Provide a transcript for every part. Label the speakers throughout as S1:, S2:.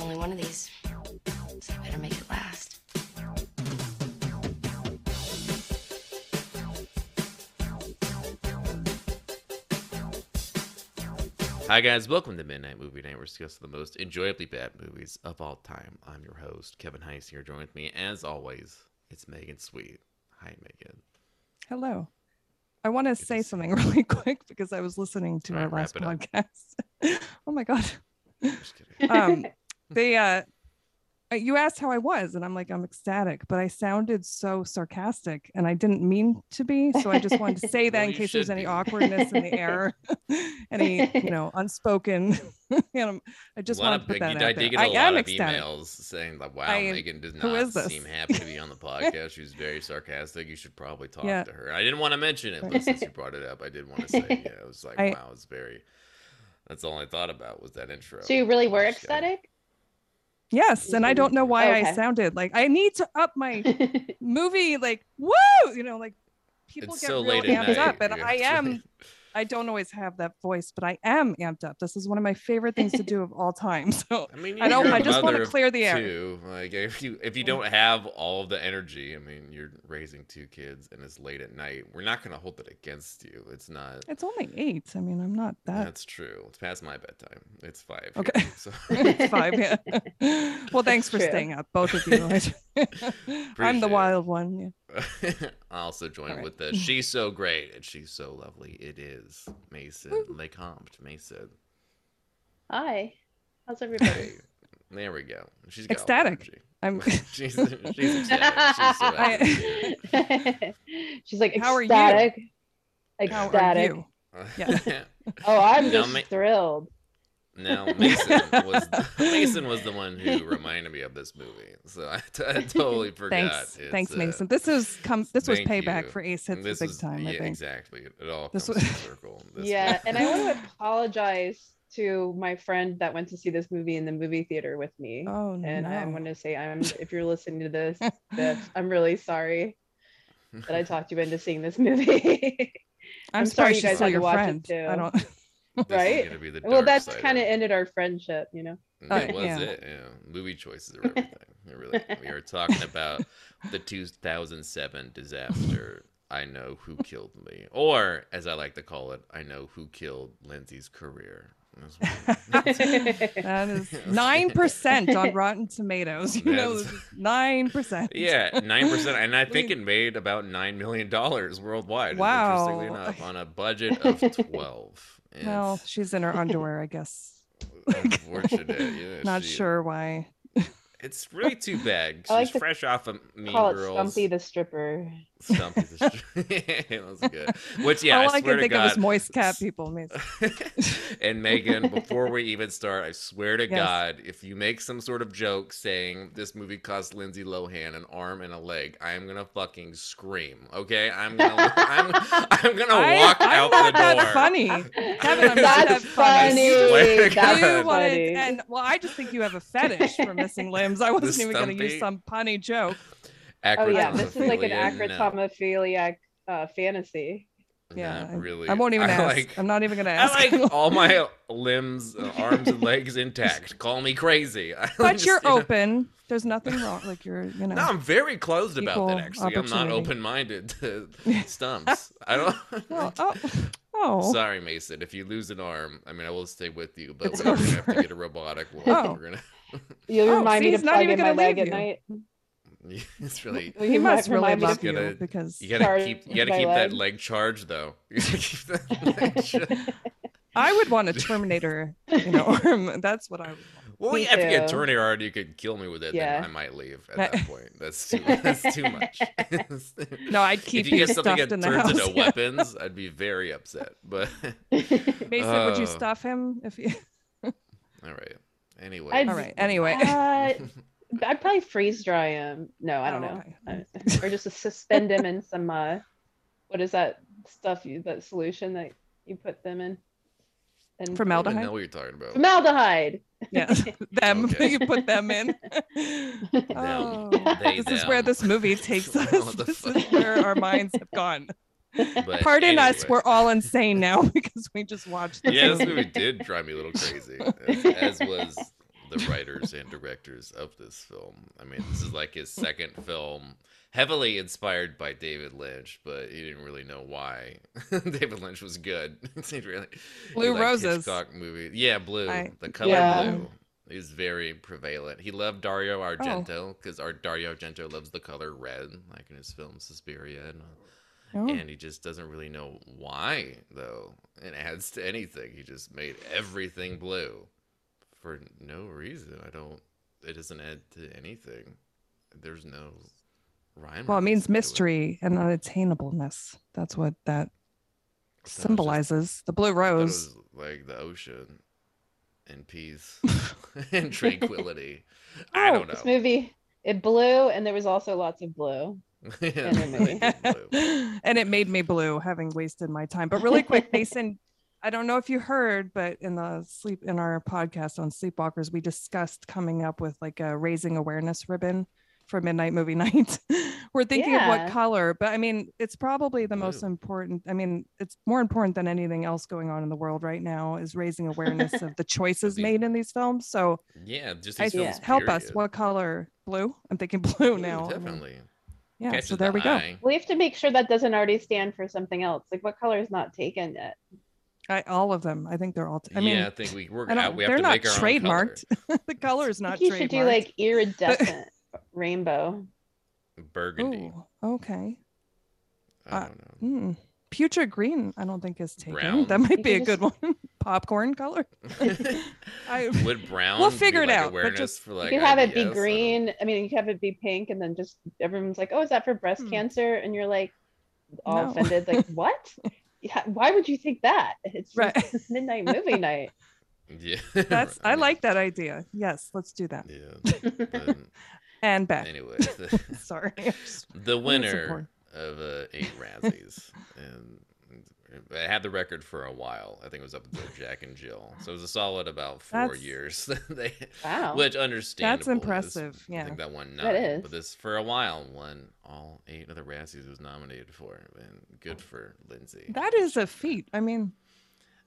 S1: only one of these, so I better make it last.
S2: Hi guys, welcome to Midnight Movie Night. We're discussing the most enjoyably bad movies of all time. I'm your host Kevin Heist here. Join with me as always. It's Megan Sweet. Hi Megan.
S3: Hello. I want
S2: to
S3: to say
S2: see
S3: something really quick because I was listening to
S2: All
S3: our
S2: right, wrap
S3: last
S2: it up.
S3: podcast. oh my god.
S2: I'm just kidding.
S3: Um they uh uh, you asked how I was and I'm like I'm ecstatic, but I sounded so sarcastic and I didn't mean to be, so I just wanted to say that
S2: Well,
S3: in
S2: you
S3: case there's
S2: should
S3: any
S2: be.
S3: awkwardness in the air, any, you know, unspoken. and I'm- I just
S2: lot
S3: want to
S2: of
S3: put
S2: big-
S3: that
S2: I
S3: out
S2: did
S3: there.
S2: get
S3: I
S2: a lot
S3: am
S2: of
S3: ecstatic.
S2: emails saying that wow,
S3: I am-
S2: Megan does
S3: who
S2: not
S3: is this?"
S2: seem happy to be on the podcast. She was very sarcastic. You should probably talk
S3: Yeah.
S2: to her. I didn't want to mention it, but
S1: Right.
S2: since you brought it up, I did want to say yeah, it was like
S3: I-
S2: wow, it's very that's all I thought about was that intro.
S4: So you really were
S2: I'm just kidding.
S4: ecstatic?
S3: Yes, and I don't know why I
S4: Mm-hmm. Okay.
S3: sounded like I need to up my movie like woo you know like people
S2: It's
S3: get
S2: so
S3: real
S2: late at
S3: amped
S2: night.
S3: up and
S2: You
S3: i
S2: have to-
S3: am i don't always have that voice but i am amped up this is one of my favorite things to do of all time so
S2: I mean,
S3: i don't
S2: you're a
S3: i just want
S2: mother
S3: to
S2: of
S3: clear the air
S2: two. Like if you if you
S3: Mm.
S2: don't have all of the energy, I mean, you're raising two kids and it's late at night. We're not gonna hold it against you. It's not.
S3: it's only eight i mean i'm not that
S2: That's true. It's past my bedtime. It's five. here,
S3: Okay.
S2: so
S3: It's five yeah well thanks for
S4: True.
S3: staying up both of you i'm
S2: Appreciate
S3: the
S2: it.
S3: wild one yeah.
S2: also joined
S3: All right.
S2: with the she's so great and she's so lovely. It is Mason Lecompte. Mason.
S4: Hi. How's everybody?
S2: Hey, there we go. She's got all the
S3: Ecstatic.
S2: energy.
S3: i'm
S2: she's she's ecstatic. She's so happy to see you.
S4: She's like
S3: How are you?
S4: ecstatic.
S3: how are
S4: Ecstatic.
S3: you Yeah.
S4: Oh, I'm
S2: Now,
S4: just
S2: ma-
S4: thrilled.
S2: Now Mason was Mason was the one who reminded me of this movie, so I, t- I totally forgot.
S3: thanks
S2: It's,
S3: thanks
S2: uh,
S3: mason this is come this was
S2: thank
S3: payback
S2: you.
S3: for ace hits the
S2: this
S3: big
S2: is-
S3: time
S2: Yeah,
S3: i think
S2: exactly. It all
S3: This
S2: comes
S3: was-
S2: full circle. This
S4: yeah.
S2: was-
S4: And I want to apologize to my friend that went to see this movie in the movie theater with me.
S3: oh no
S4: and um, I want to say, I'm if you're listening to this, bitch, I'm really sorry that I talked you into seeing this movie.
S3: I'm,
S4: I'm
S3: sorry,
S4: sorry you
S3: she's
S4: guys
S3: still
S4: had to
S3: your
S4: watch
S3: friend.
S4: it
S3: I
S4: too.
S3: don't.
S2: this is
S4: right?
S2: gonna be the
S4: well,
S2: dark
S4: that's
S2: side
S4: kind of
S2: it.
S4: ended our friendship, you know?
S3: Uh,
S2: That was
S3: yeah.
S2: it. Yeah. Movie choices are everything. It really, we are talking about the 2007 disaster. I know who killed me, or as I like to call it, I know who killed Lindsay's career. That's what-
S3: That is nine percent on Rotten Tomatoes. You know,
S2: That's-
S3: nine percent.
S2: Yeah, nine percent, and I think
S3: Wait.
S2: it made about nine million dollars worldwide.
S3: Wow.
S2: interestingly enough, on a budget of twelve. And
S3: Well, she's in her underwear, I guess.
S2: unfortunate. yeah,
S3: Not
S2: she-
S3: sure why.
S2: It's really too bad. She's
S4: I like to
S2: fresh off of Mean
S4: Call it
S2: Girls.
S4: Stumpy the Stripper.
S2: Stumpy the Str- That's good. Which, yeah,
S3: All
S2: I
S3: I,
S2: swear
S3: can
S2: to
S3: think of
S2: God.
S3: is moist cat people. Mason.
S2: and Megan, before we even start, I swear to
S3: Yes.
S2: God, if you make some sort of joke saying this movie cost Lindsay Lohan an arm and a leg, I am gonna fucking scream. Okay, I'm gonna, I'm, I'm gonna
S3: I-
S2: walk
S3: I'm
S2: out
S3: not
S2: the
S3: that
S2: door.
S3: funny. Kevin, I'm not that
S4: That's
S3: funny.
S4: funny.
S2: I swear to
S4: That's
S3: You
S2: God.
S3: wanted,
S4: funny.
S3: and well, I just think you have a fetish for missing limbs. I wasn't even going to use
S2: stumpy-
S3: some punny joke.
S4: oh yeah, this is like an
S2: Acrotomophilia, no.
S4: acrotomophiliac uh, fantasy.
S3: Yeah,
S2: Not really.
S3: I won't even
S2: I
S3: ask.
S2: like-
S3: I'm not even going to ask.
S2: I like all my limbs, uh, arms, and legs intact. Call me crazy. I
S3: but
S2: just,
S3: you're
S2: you know-
S3: open. There's nothing wrong. Like you're, you know.
S2: No, I'm very closed about that.
S3: equal
S2: Actually, I'm not
S3: opportunity.
S2: open-minded to stumps. I don't.
S3: Well, oh, oh.
S2: Sorry, Mason. If you lose an arm, I mean, I will stay with you, but
S3: It's
S2: we're gonna have to
S3: over.
S2: get a robotic one.
S3: Oh.
S2: We're gonna.
S4: You
S3: Oh,
S4: remind
S3: see,
S4: me to
S3: he's not
S4: plug
S3: even
S4: in my
S3: gonna
S4: leg
S3: leave
S4: at
S3: you.
S4: night.
S2: It's really.
S4: Will
S3: He
S4: you
S3: must really
S4: remind me to-
S3: love you
S2: Gotta-
S3: because
S2: You gotta
S4: Sorry,
S2: keep. You gotta
S4: my
S2: keep
S4: leg.
S2: that leg charged, though. You gotta keep that leg charged.
S3: I would want a Terminator, you know, arm. That's what I would want.
S2: Well,
S4: Me
S2: yeah, if you get
S4: too.
S2: Terminator hard, you could kill me with it.
S4: Yeah.
S2: Then I might leave at
S3: That-
S2: that point. That's too. That's too much.
S3: No, I'd keep
S2: if you
S3: you
S2: get something
S3: stuffed
S2: that
S3: in
S2: turns
S3: the house.
S2: into weapons, I'd be very upset. But
S3: Mason, would
S2: Oh.
S3: you stuff him if you?
S2: all right. Anyway.
S4: I'd-
S3: All right. Anyway.
S4: uh, I'd probably freeze dry him. No, I don't
S3: Oh,
S4: know.
S3: okay.
S4: I- or just suspend him in some uh, what is that stuff? You that solution that you put them in? And
S2: I don't even
S3: Formaldehyde.
S2: know what you're talking about.
S4: formaldehyde.
S3: Yeah, them.
S2: Okay.
S3: You put them in.
S2: Them.
S3: Oh,
S2: They,
S3: this is where
S2: them.
S3: this movie takes
S2: What
S3: us.
S2: the
S3: This
S2: fuck?
S3: is where our minds have gone.
S2: But
S3: Pardon us.
S2: anyway.
S3: We're all insane now because we just watched. This
S2: yeah, this
S3: movie.
S2: movie did drive me a little crazy, as, as was the writers and directors of this film. I mean, this is like his second film, heavily inspired by David Lynch, but he didn't really know why David Lynch was good. he really, he
S3: Blue
S2: liked
S3: Roses.
S2: Hitchcock movie. Yeah, blue.
S3: I-
S2: the color
S4: Yeah.
S2: blue is very prevalent. He loved Dario
S3: Oh.
S2: Argento because our Dario Argento loves the color red, like in his film Suspiria and all
S3: Oh.
S2: and he just doesn't really know why though it adds to anything he just made everything blue for no reason i don't it doesn't add to anything there's no rhyme
S3: well,
S2: or
S3: it means
S2: reason to
S3: mystery and unattainableness. That's what
S2: I thought
S3: that
S2: it was just-
S3: symbolizes. the blue
S2: I thought it
S3: rose.
S2: was like the ocean and peace and tranquility i
S3: Oh,
S2: don't
S4: This
S2: know
S4: movie, it blew, and there was also lots of blue.
S2: Yeah,
S4: in the movie.
S2: it's blue.
S3: and it made me blue having wasted my time. But really quick, Mason, I don't know if you heard, but in the sleep in our podcast on sleepwalkers, we discussed coming up with like a raising awareness ribbon for midnight movie night. We're thinking of
S4: Yeah.
S3: what color, but I mean, it's probably the most
S2: Blue.
S3: important. I mean, it's more important than anything else going on in the world right now is raising awareness of the choices
S2: these-
S3: made in these films. So
S2: yeah just
S3: I
S2: these films,
S3: help us.
S2: period.
S3: What color? Blue. I'm thinking blue
S2: Blue,
S3: now. I mean,
S2: definitely
S3: Yeah.
S2: Catches
S3: so there
S2: the
S3: we go.
S2: eye.
S4: We have to make sure that doesn't already stand for something else. Like what color is not taken yet?
S3: I, all of them. I think they're all. I mean,
S2: yeah, I think we we're
S3: I don't-
S2: out. We have
S3: they're
S2: to
S3: not
S2: make our
S3: trademarked. the color is
S4: I
S3: not
S4: think you should do
S3: trademarked.
S4: like iridescent rainbow.
S2: own color. Burgundy.
S3: Ooh, okay.
S2: I
S3: uh,
S2: don't know.
S3: Hmm. Future green, I don't think is taken.
S2: Brown?
S3: That might
S4: You
S3: be a
S4: could
S3: good one. Popcorn color. I-
S2: would brown
S3: We'll figure
S2: be
S3: it
S2: like
S3: out, but
S2: awareness
S3: just-
S2: for like
S4: you could have
S2: IBS?
S4: it be
S2: I don't-
S4: green. I, mean, you could have it be pink, and then just everyone's like, "Oh, is that for breast
S3: Hmm.
S4: cancer?" And you're like, all
S3: No.
S4: offended, like, "What? Yeah, why would you think that? It's just
S3: Right.
S4: it's midnight movie night."
S2: Yeah.
S3: That's.
S2: right.
S3: I like that idea. Yes, let's do that.
S2: Yeah. but
S3: And back.
S2: anyway, the,
S3: Sorry. I'm just-
S2: the winner
S3: porn.
S2: of uh, eight Razzies and I had the record for a while. I think it was up until Jack and Jill. So it was a solid about four
S3: That's-
S2: years. they,
S4: Wow.
S2: Which understandable. is-
S3: impressive,
S2: I
S3: yeah.
S2: think that won nine.
S4: Oh. That
S2: But
S4: is.
S2: this for a while won all eight of the Razzies it was nominated for, and good for Lindsay.
S3: That is a feat. I mean,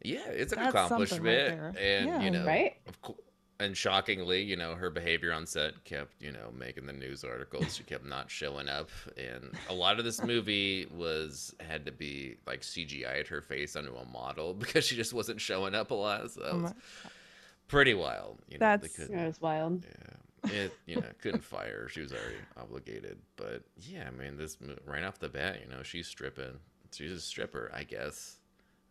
S2: Yeah, it's an
S3: That's something right
S2: accomplishment,
S3: there.
S2: and
S3: Yeah.
S2: you know,
S4: Right?
S2: Of course, and shockingly, you know, her behavior on set kept, you know, making the news articles. She kept not showing up, and a lot of this movie was had to be like CGI'd her face onto a model because she just wasn't showing up a lot. So that
S3: Oh
S2: was
S3: my-
S2: pretty wild. You know,
S3: That's-
S2: they
S4: Yeah, it
S2: couldn't,
S4: was wild.
S2: yeah, it you know couldn't fire. her. She was already obligated, but yeah, I mean, this mo- right off the bat, you know, she's stripping. She's a stripper, I guess.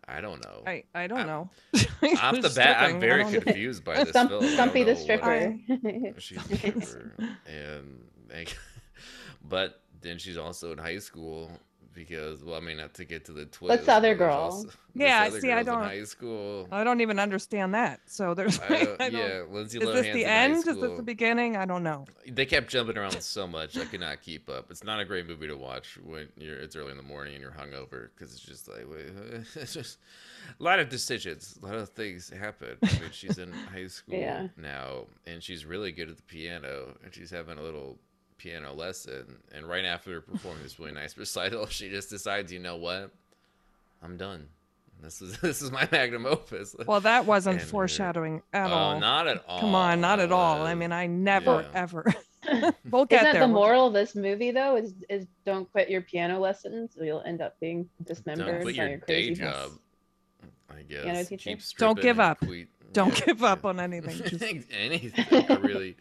S2: I don't know
S3: I, I don't
S2: I'm-
S3: know.
S2: off the
S3: Just
S2: bat, I'm
S3: stripping. I
S2: very
S3: don't-
S2: confused by this
S4: Stump,
S2: film. I don't
S4: Stumpy
S2: know
S4: the
S2: what-
S4: stripper.
S2: She's a stripper, and like, but then she's also in high school because, well, I mean, not to get to the twist.
S4: the other
S2: but there's
S4: girl?
S2: also- this
S3: Yeah,
S2: other
S3: see, I
S2: girl's in
S3: don't-
S2: high school.
S3: I don't even understand that. So there's.
S2: I
S3: like,
S2: don't-
S3: I don't-
S2: yeah, Lindsay
S3: Is
S2: Lohan's
S3: this the
S2: in high
S3: end? Is this
S2: school.
S3: the beginning? I don't know.
S2: They kept jumping around so much, I could not keep up. It's not a great movie to watch when you're it's early in the morning and you're hungover because it's just like wait, it's just a lot of decisions, a lot of things happen. I mean, she's in high school
S4: Yeah.
S2: now, and she's really good at the piano, and she's having a little piano lesson. And right after performing this really nice recital, she just decides, you know what, I'm done. This is this is my magnum opus.
S3: Well, that wasn't
S2: And her-
S3: foreshadowing at
S2: oh,
S3: all.
S2: not at all.
S3: Come on, not at all. I
S2: Uh,
S3: mean, I never,
S2: yeah.
S3: ever.
S4: Isn't
S3: we'll get there.
S4: the
S3: We'll-
S4: moral of this movie though? Is is don't quit your piano lessons, or you'll end up being dismembered
S2: Don't quit
S4: by
S2: your,
S4: your
S2: day
S4: crazy
S2: job.
S4: boss.
S2: I guess.
S4: teacher.
S2: Keep
S3: Don't give
S2: stripping and
S3: up.
S2: quit-
S3: Don't
S2: yeah,
S3: give up
S2: yeah.
S3: on anything. Just
S2: anything. I really.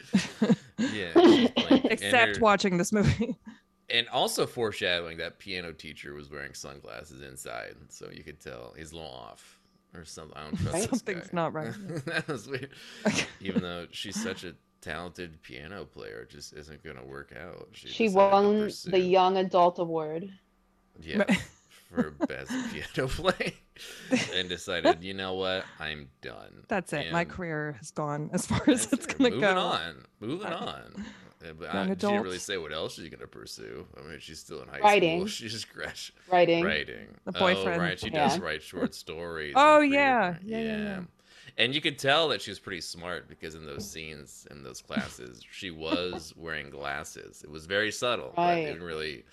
S2: Yeah. she's playing- and
S3: except
S2: her-
S3: watching this movie.
S2: And also foreshadowing that piano teacher was wearing sunglasses inside, so you could tell he's a little off or something. I don't trust this
S3: Something's
S2: guy.
S3: not right.
S2: that was weird. Even though she's such a talented piano player, it just isn't going to work out.
S4: She
S2: decided to
S4: won the
S2: pursue-
S4: Young Adult Award.
S2: Yeah. for best piano play and decided, you know what, I'm done.
S3: That's it. My
S2: And
S3: career has gone as far as
S2: that's
S3: it's
S2: it.
S3: gonna
S2: Moving
S3: go.
S2: on. Moving
S3: Uh,
S2: on. Uh, But I,
S3: young
S2: she didn't really
S3: adult.
S2: say what else she's gonna pursue. I mean, she's still in high school.
S4: Writing.
S2: She's grad-
S4: Writing.
S2: writing.
S3: The
S2: Oh,
S3: boyfriend.
S2: right. She does
S4: Yeah.
S2: write short stories. and
S3: Oh,
S2: creative
S3: yeah.
S2: wri-
S3: Yeah, yeah, yeah.
S2: And you could tell that she was pretty smart because in those scenes, in those classes, she was wearing glasses. It was very subtle. But it
S4: Right.
S2: didn't really,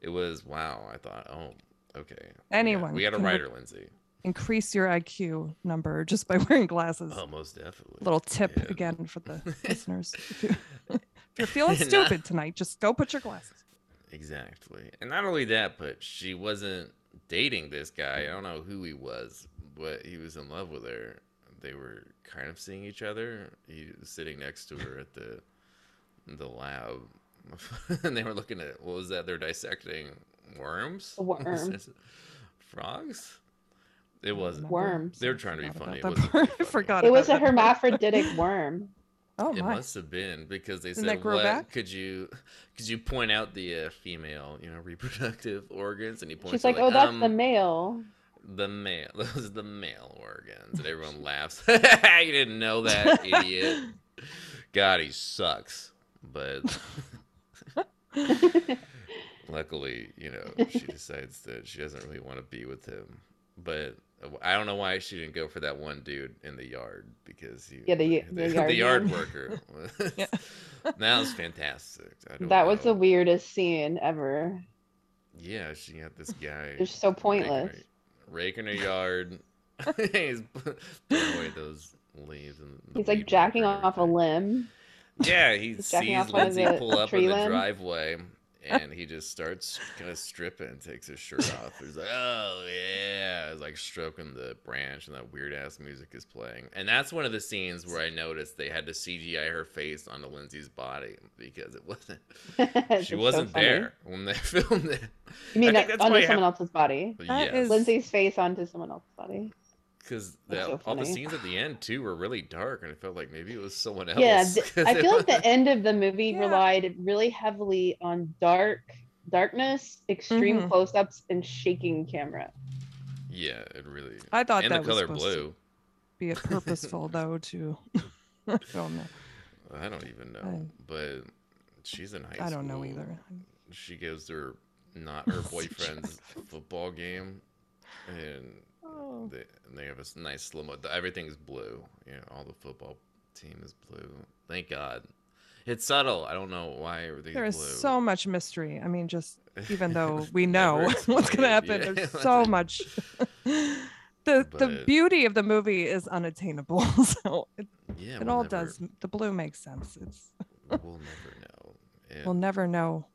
S2: it was wow. I thought, oh, okay.
S3: Anyone
S2: We got, we got a
S3: can re-
S2: writer, Lindsay.
S3: increase your IQ number just by wearing glasses.
S2: Oh, most definitely.
S3: Little tip
S2: Yeah.
S3: again for the listeners. If, you, if you're feeling
S2: Nah.
S3: stupid tonight, just go put your glasses.
S2: Exactly. And not only that, but she wasn't dating this guy. I don't know who he was, but he was in love with her. They were kind of seeing each other. He was sitting next to her at the the lab. and they were looking at what was that? They're dissecting worms?
S4: A worm. Oh
S2: Frogs? It wasn't.
S4: Worms.
S2: They were trying to be funny.
S3: Forgot
S2: It
S3: about
S2: wasn't
S3: that
S2: really
S3: part.
S2: funny.
S3: Forgot
S4: It was a
S3: about that.
S4: hermaphroditic worm.
S3: Oh
S2: It
S3: my.
S2: must have been because they
S3: Doesn't
S2: said,
S3: that grow
S2: "What
S3: back?"
S2: could you could you point out the uh, female, you know, reproductive organs?" And he points.
S4: She's
S2: out,
S4: like, oh, that's the
S2: "Um,
S4: male.
S2: the male. Those are the male organs, and everyone laughs. you didn't know that, idiot. God, he sucks. But luckily, you know, she decides that she doesn't really want to be with him. But uh, I don't know why she didn't go for that one dude in the yard because he,
S4: Yeah, the- the yard man.
S2: worker.
S3: Yeah.
S2: that was fantastic. I don't
S4: That was the
S2: know.
S4: weirdest scene ever.
S2: yeah. She got this guy.
S4: They're so
S2: raking her-
S4: pointless.
S2: Raking her yard. He's throwing away those leaves and the
S4: He's
S2: weed
S4: like
S2: whacker
S4: jacking
S2: and
S4: off a
S2: everything.
S4: limb.
S2: Yeah, he
S4: He's jacking
S2: sees
S4: off one of
S2: Lindsay
S4: the
S2: pull up
S4: tree
S2: in the
S4: limbs.
S2: driveway, and he just starts kind of stripping, takes his shirt off. He's like, "Oh yeah," he's like stroking the branch, and that weird ass music is playing. And that's one of the scenes where I noticed they had to CGI her face onto Lindsay's body because it wasn't.
S4: It's
S2: she
S4: so
S2: wasn't
S4: funny.
S2: there when they filmed it.
S4: You mean
S2: I think
S4: that
S2: that's why
S4: onto
S2: I-
S4: someone else's body?
S3: That
S2: yes,
S3: is-
S4: Lindsay's face onto someone else's body.
S2: because
S4: that's so
S2: all the
S4: funny.
S2: scenes at the end too were really dark, and it felt like maybe it was someone else.
S4: Yeah, th-
S2: 'cause
S4: I
S2: it
S4: feel like
S2: was-
S4: the end of the movie
S3: Yeah.
S4: relied really heavily on dark darkness, extreme
S2: Mm-hmm.
S3: Mhm.
S4: close-ups, and shaking camera.
S2: yeah, it really.
S3: I thought
S2: And the
S3: that was
S2: color
S3: supposed to
S2: blue.
S3: be a purposeful though to film that.
S2: I don't even know,
S3: Um,
S2: but she's in high school.
S3: I don't know either.
S2: She goes to her, not her boyfriend's football game, and
S3: Oh.
S2: they and they have a s- nice slow mo. Everything's blue. You know, all the football team is blue. Thank God. It's subtle. I don't know why everything's
S3: There is
S2: blue.
S3: so much mystery. I mean, just even though
S2: It's
S3: we know
S2: never
S3: what's going
S2: explained.
S3: to happen,
S2: Yeah,
S3: there's
S2: like-
S3: so much. the the
S2: But-
S3: beauty of the movie is unattainable, so it,
S2: Yeah,
S3: it
S2: we'll
S3: all
S2: never-
S3: does. The blue makes sense. It's
S2: We'll never know.
S3: we'll
S2: And
S3: never know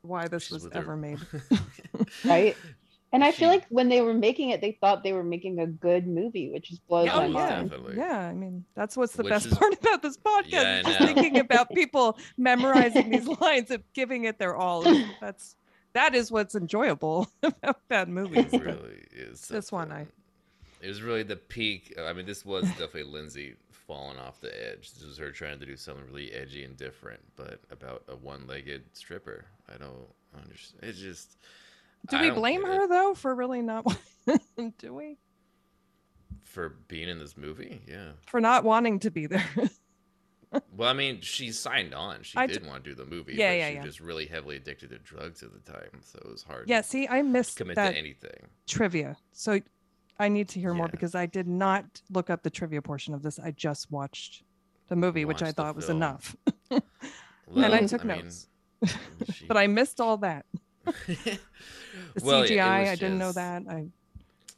S3: why this
S2: she's
S3: was
S2: with her-
S3: ever made.
S4: Right? And I feel
S2: She-
S4: like when they were making it, they thought they were making a good movie, which just blows
S2: Oh, Yeah,
S4: my
S2: most
S4: mind.
S2: definitely.
S3: oh, Yeah, I mean that's what's the
S2: Which
S3: best
S2: is-
S3: part about this podcast.
S2: Yeah, I
S3: is just
S2: know.
S3: thinking about people memorizing these lines and giving it their all. That's that is what's enjoyable about bad movies.
S2: It
S3: but-
S2: really is.
S3: This one, I-
S2: something. It was really the peak. I mean, this was definitely Lindsay falling off the edge. This was her trying to do something really edgy and different, but about a one-legged stripper. I don't understand. It's just.
S3: Do
S2: I
S3: we
S2: don't
S3: blame
S2: get
S3: her
S2: it
S3: though for really not? do we
S2: for being in this movie? Yeah.
S3: for not wanting to be there?
S2: Well, I mean, she signed on. She
S3: I
S2: did want to do the movie.
S3: Yeah,
S2: but
S3: yeah,
S2: She
S3: yeah.
S2: was just really heavily addicted to drugs at the time, so it was hard.
S3: yeah.
S2: to
S3: See, I missed
S2: commit
S3: that
S2: to anything.
S3: trivia, so I need to hear more
S2: Yeah.
S3: because I did not look up the trivia portion of this. I just watched the movie, which I
S2: Watched the
S3: thought was
S2: film.
S3: enough,
S2: Well,
S3: and I took
S2: mean,
S3: notes.
S2: she-
S3: but I missed all that. The
S2: Well, yeah, it
S3: CGI, I
S2: was
S3: didn't know
S2: just-
S3: that. I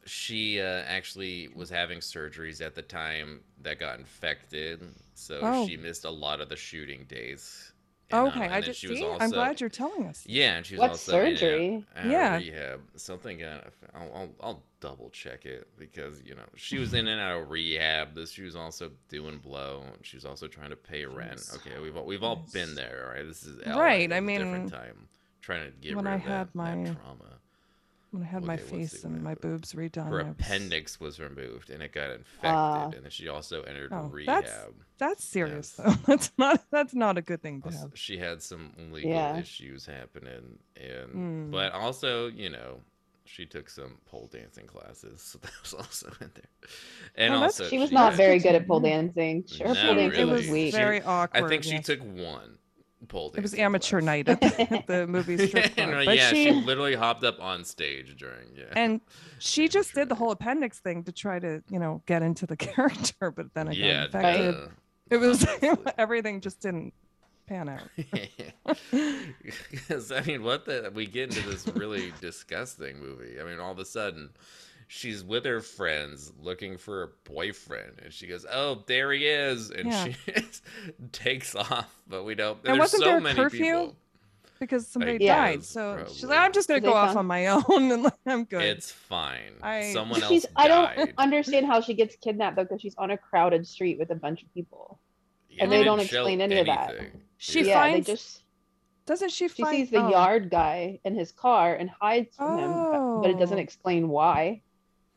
S2: she uh, actually was having surgeries at the time that got infected, so
S3: Oh.
S2: she missed a lot of the shooting days. And, um,
S3: okay,
S2: and
S3: I
S2: then
S3: just
S2: she was
S3: see.
S2: also-
S3: I'm glad you're telling us.
S2: Yeah, and she was
S4: What
S2: also in and out-
S4: surgery?
S2: out of
S3: Yeah.
S2: rehab. Something got. I'll, I'll, I'll double check it because you know she was in and out of rehab. This she was also doing blow. and She was also trying to pay rent.
S3: Jesus
S2: Okay, we've all, we've all been
S3: Christ.
S2: there. All right, this is LA,
S3: Right,
S2: it
S3: I
S2: was a
S3: mean,
S2: different time trying to get
S3: when
S2: rid
S3: I
S2: of that-
S3: had
S2: that
S3: my-
S2: trauma.
S3: When I had
S2: Well,
S3: my
S2: yeah, let's see
S3: face
S2: what
S3: and my
S2: happened.
S3: boobs redone,
S2: her
S3: I was-
S2: appendix was removed and it got infected
S4: Ah.
S2: and then she also entered
S3: Oh,
S2: rehab
S3: that's- That's serious
S2: Yes.
S3: though. That's not. That's not a good thing to
S2: Also,
S3: have.
S2: she had some legal
S4: Yeah.
S2: issues happening and
S3: Mm.
S2: but also you know she took some pole dancing classes so that was also in there and
S3: Oh, that's-
S2: also
S4: She was
S3: she
S4: not
S3: was-
S2: had-
S4: very good at pole
S3: No,
S4: dancing. She- Her pole
S2: really.
S4: dancing
S3: It
S4: was
S3: was
S4: weak.
S3: very awkward.
S2: i think she
S3: yes.
S2: took one pole dancing
S3: It was amateur
S2: class.
S3: night at the, at the movie strip club.
S2: And, uh,
S3: But
S2: yeah she...
S3: she
S2: literally hopped up on stage during yeah
S3: and she just did the
S2: Amateur
S3: whole appendix thing to try to you know get into the character, but then I got
S2: yeah
S3: infected.
S2: duh.
S3: It was
S2: Obviously.
S3: everything just didn't pan out.
S2: Because I mean, what the we get into this really disgusting movie. I mean, all of a sudden, she's with her friends looking for a boyfriend, and she goes, "Oh, there he is," and
S3: Yeah.
S2: she takes off. But we don't.
S3: And
S2: there's
S3: wasn't
S2: so
S3: there a
S2: many
S3: curfew?
S2: people.
S3: because somebody
S4: Yeah.
S3: died.
S2: guess,
S3: So she's
S2: probably.
S3: like, I'm just gonna
S4: They
S3: go off
S4: found-
S3: on my own and like, I'm good.
S2: It's fine.
S3: I-
S2: Someone else
S4: she's
S2: died.
S4: I don't understand how she gets kidnapped though, because she's on a crowded street with a bunch of people.
S2: Yeah,
S4: and they
S2: didn't
S4: don't
S2: show
S4: explain any of that.
S2: anything.
S3: She
S4: yeah,
S3: finds-
S4: they just
S3: Doesn't she,
S4: she
S3: find
S4: sees the
S3: oh.
S4: yard guy in his car and hides from him, but- but it doesn't
S3: Oh.
S4: explain why.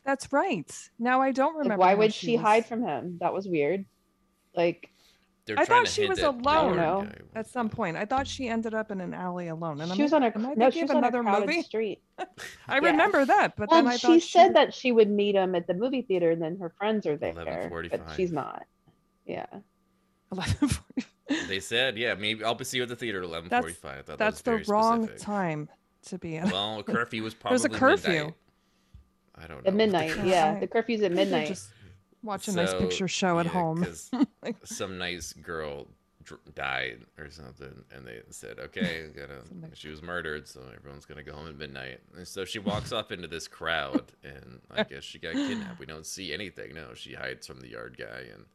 S3: That's right. Now I don't remember.
S4: Like, why
S3: how
S4: would she,
S3: was-
S4: hide from him? That was weird. Like,
S2: They're
S3: I
S2: trying
S3: thought
S2: to
S3: she
S2: hint
S3: was
S2: at
S3: alone
S2: Jordan
S4: though,
S2: guy.
S3: at some point? I thought she ended up in an alley alone. And I'm
S4: she was on a
S3: am I
S4: cr- no, she
S3: thinking of
S4: was on a
S3: another
S4: crowded
S3: movie?
S4: street.
S3: I
S4: yeah.
S3: remember that, but then
S4: Well,
S3: I
S4: she
S3: thought
S4: said that she would meet him at the movie theater, and then her friends are there, but
S2: 11:45.
S4: she's not. Yeah,
S3: that.
S2: They said, "Yeah, maybe I'll see you at the theater at 11:45." I thought that
S3: That's
S2: was
S3: the
S2: very
S3: wrong
S2: specific.
S3: time to be in.
S2: Well, a curfew was probably
S3: was a curfew.
S2: midnight. I don't know.
S4: at midnight.
S3: curfew-
S4: Yeah,
S3: Right.
S4: the curfew's at
S3: Maybe they're
S4: midnight.
S3: Just watch a nice
S2: So,
S3: picture show at
S2: yeah,
S3: home.
S2: 'cause some nice girl dr- died or something, and they said, "Okay, we're gonna,
S3: Something.
S2: she was murdered, so everyone's gonna go home at midnight." And so she walks off into this crowd, and I guess she got kidnapped. We don't see anything. No, she hides from the yard guy and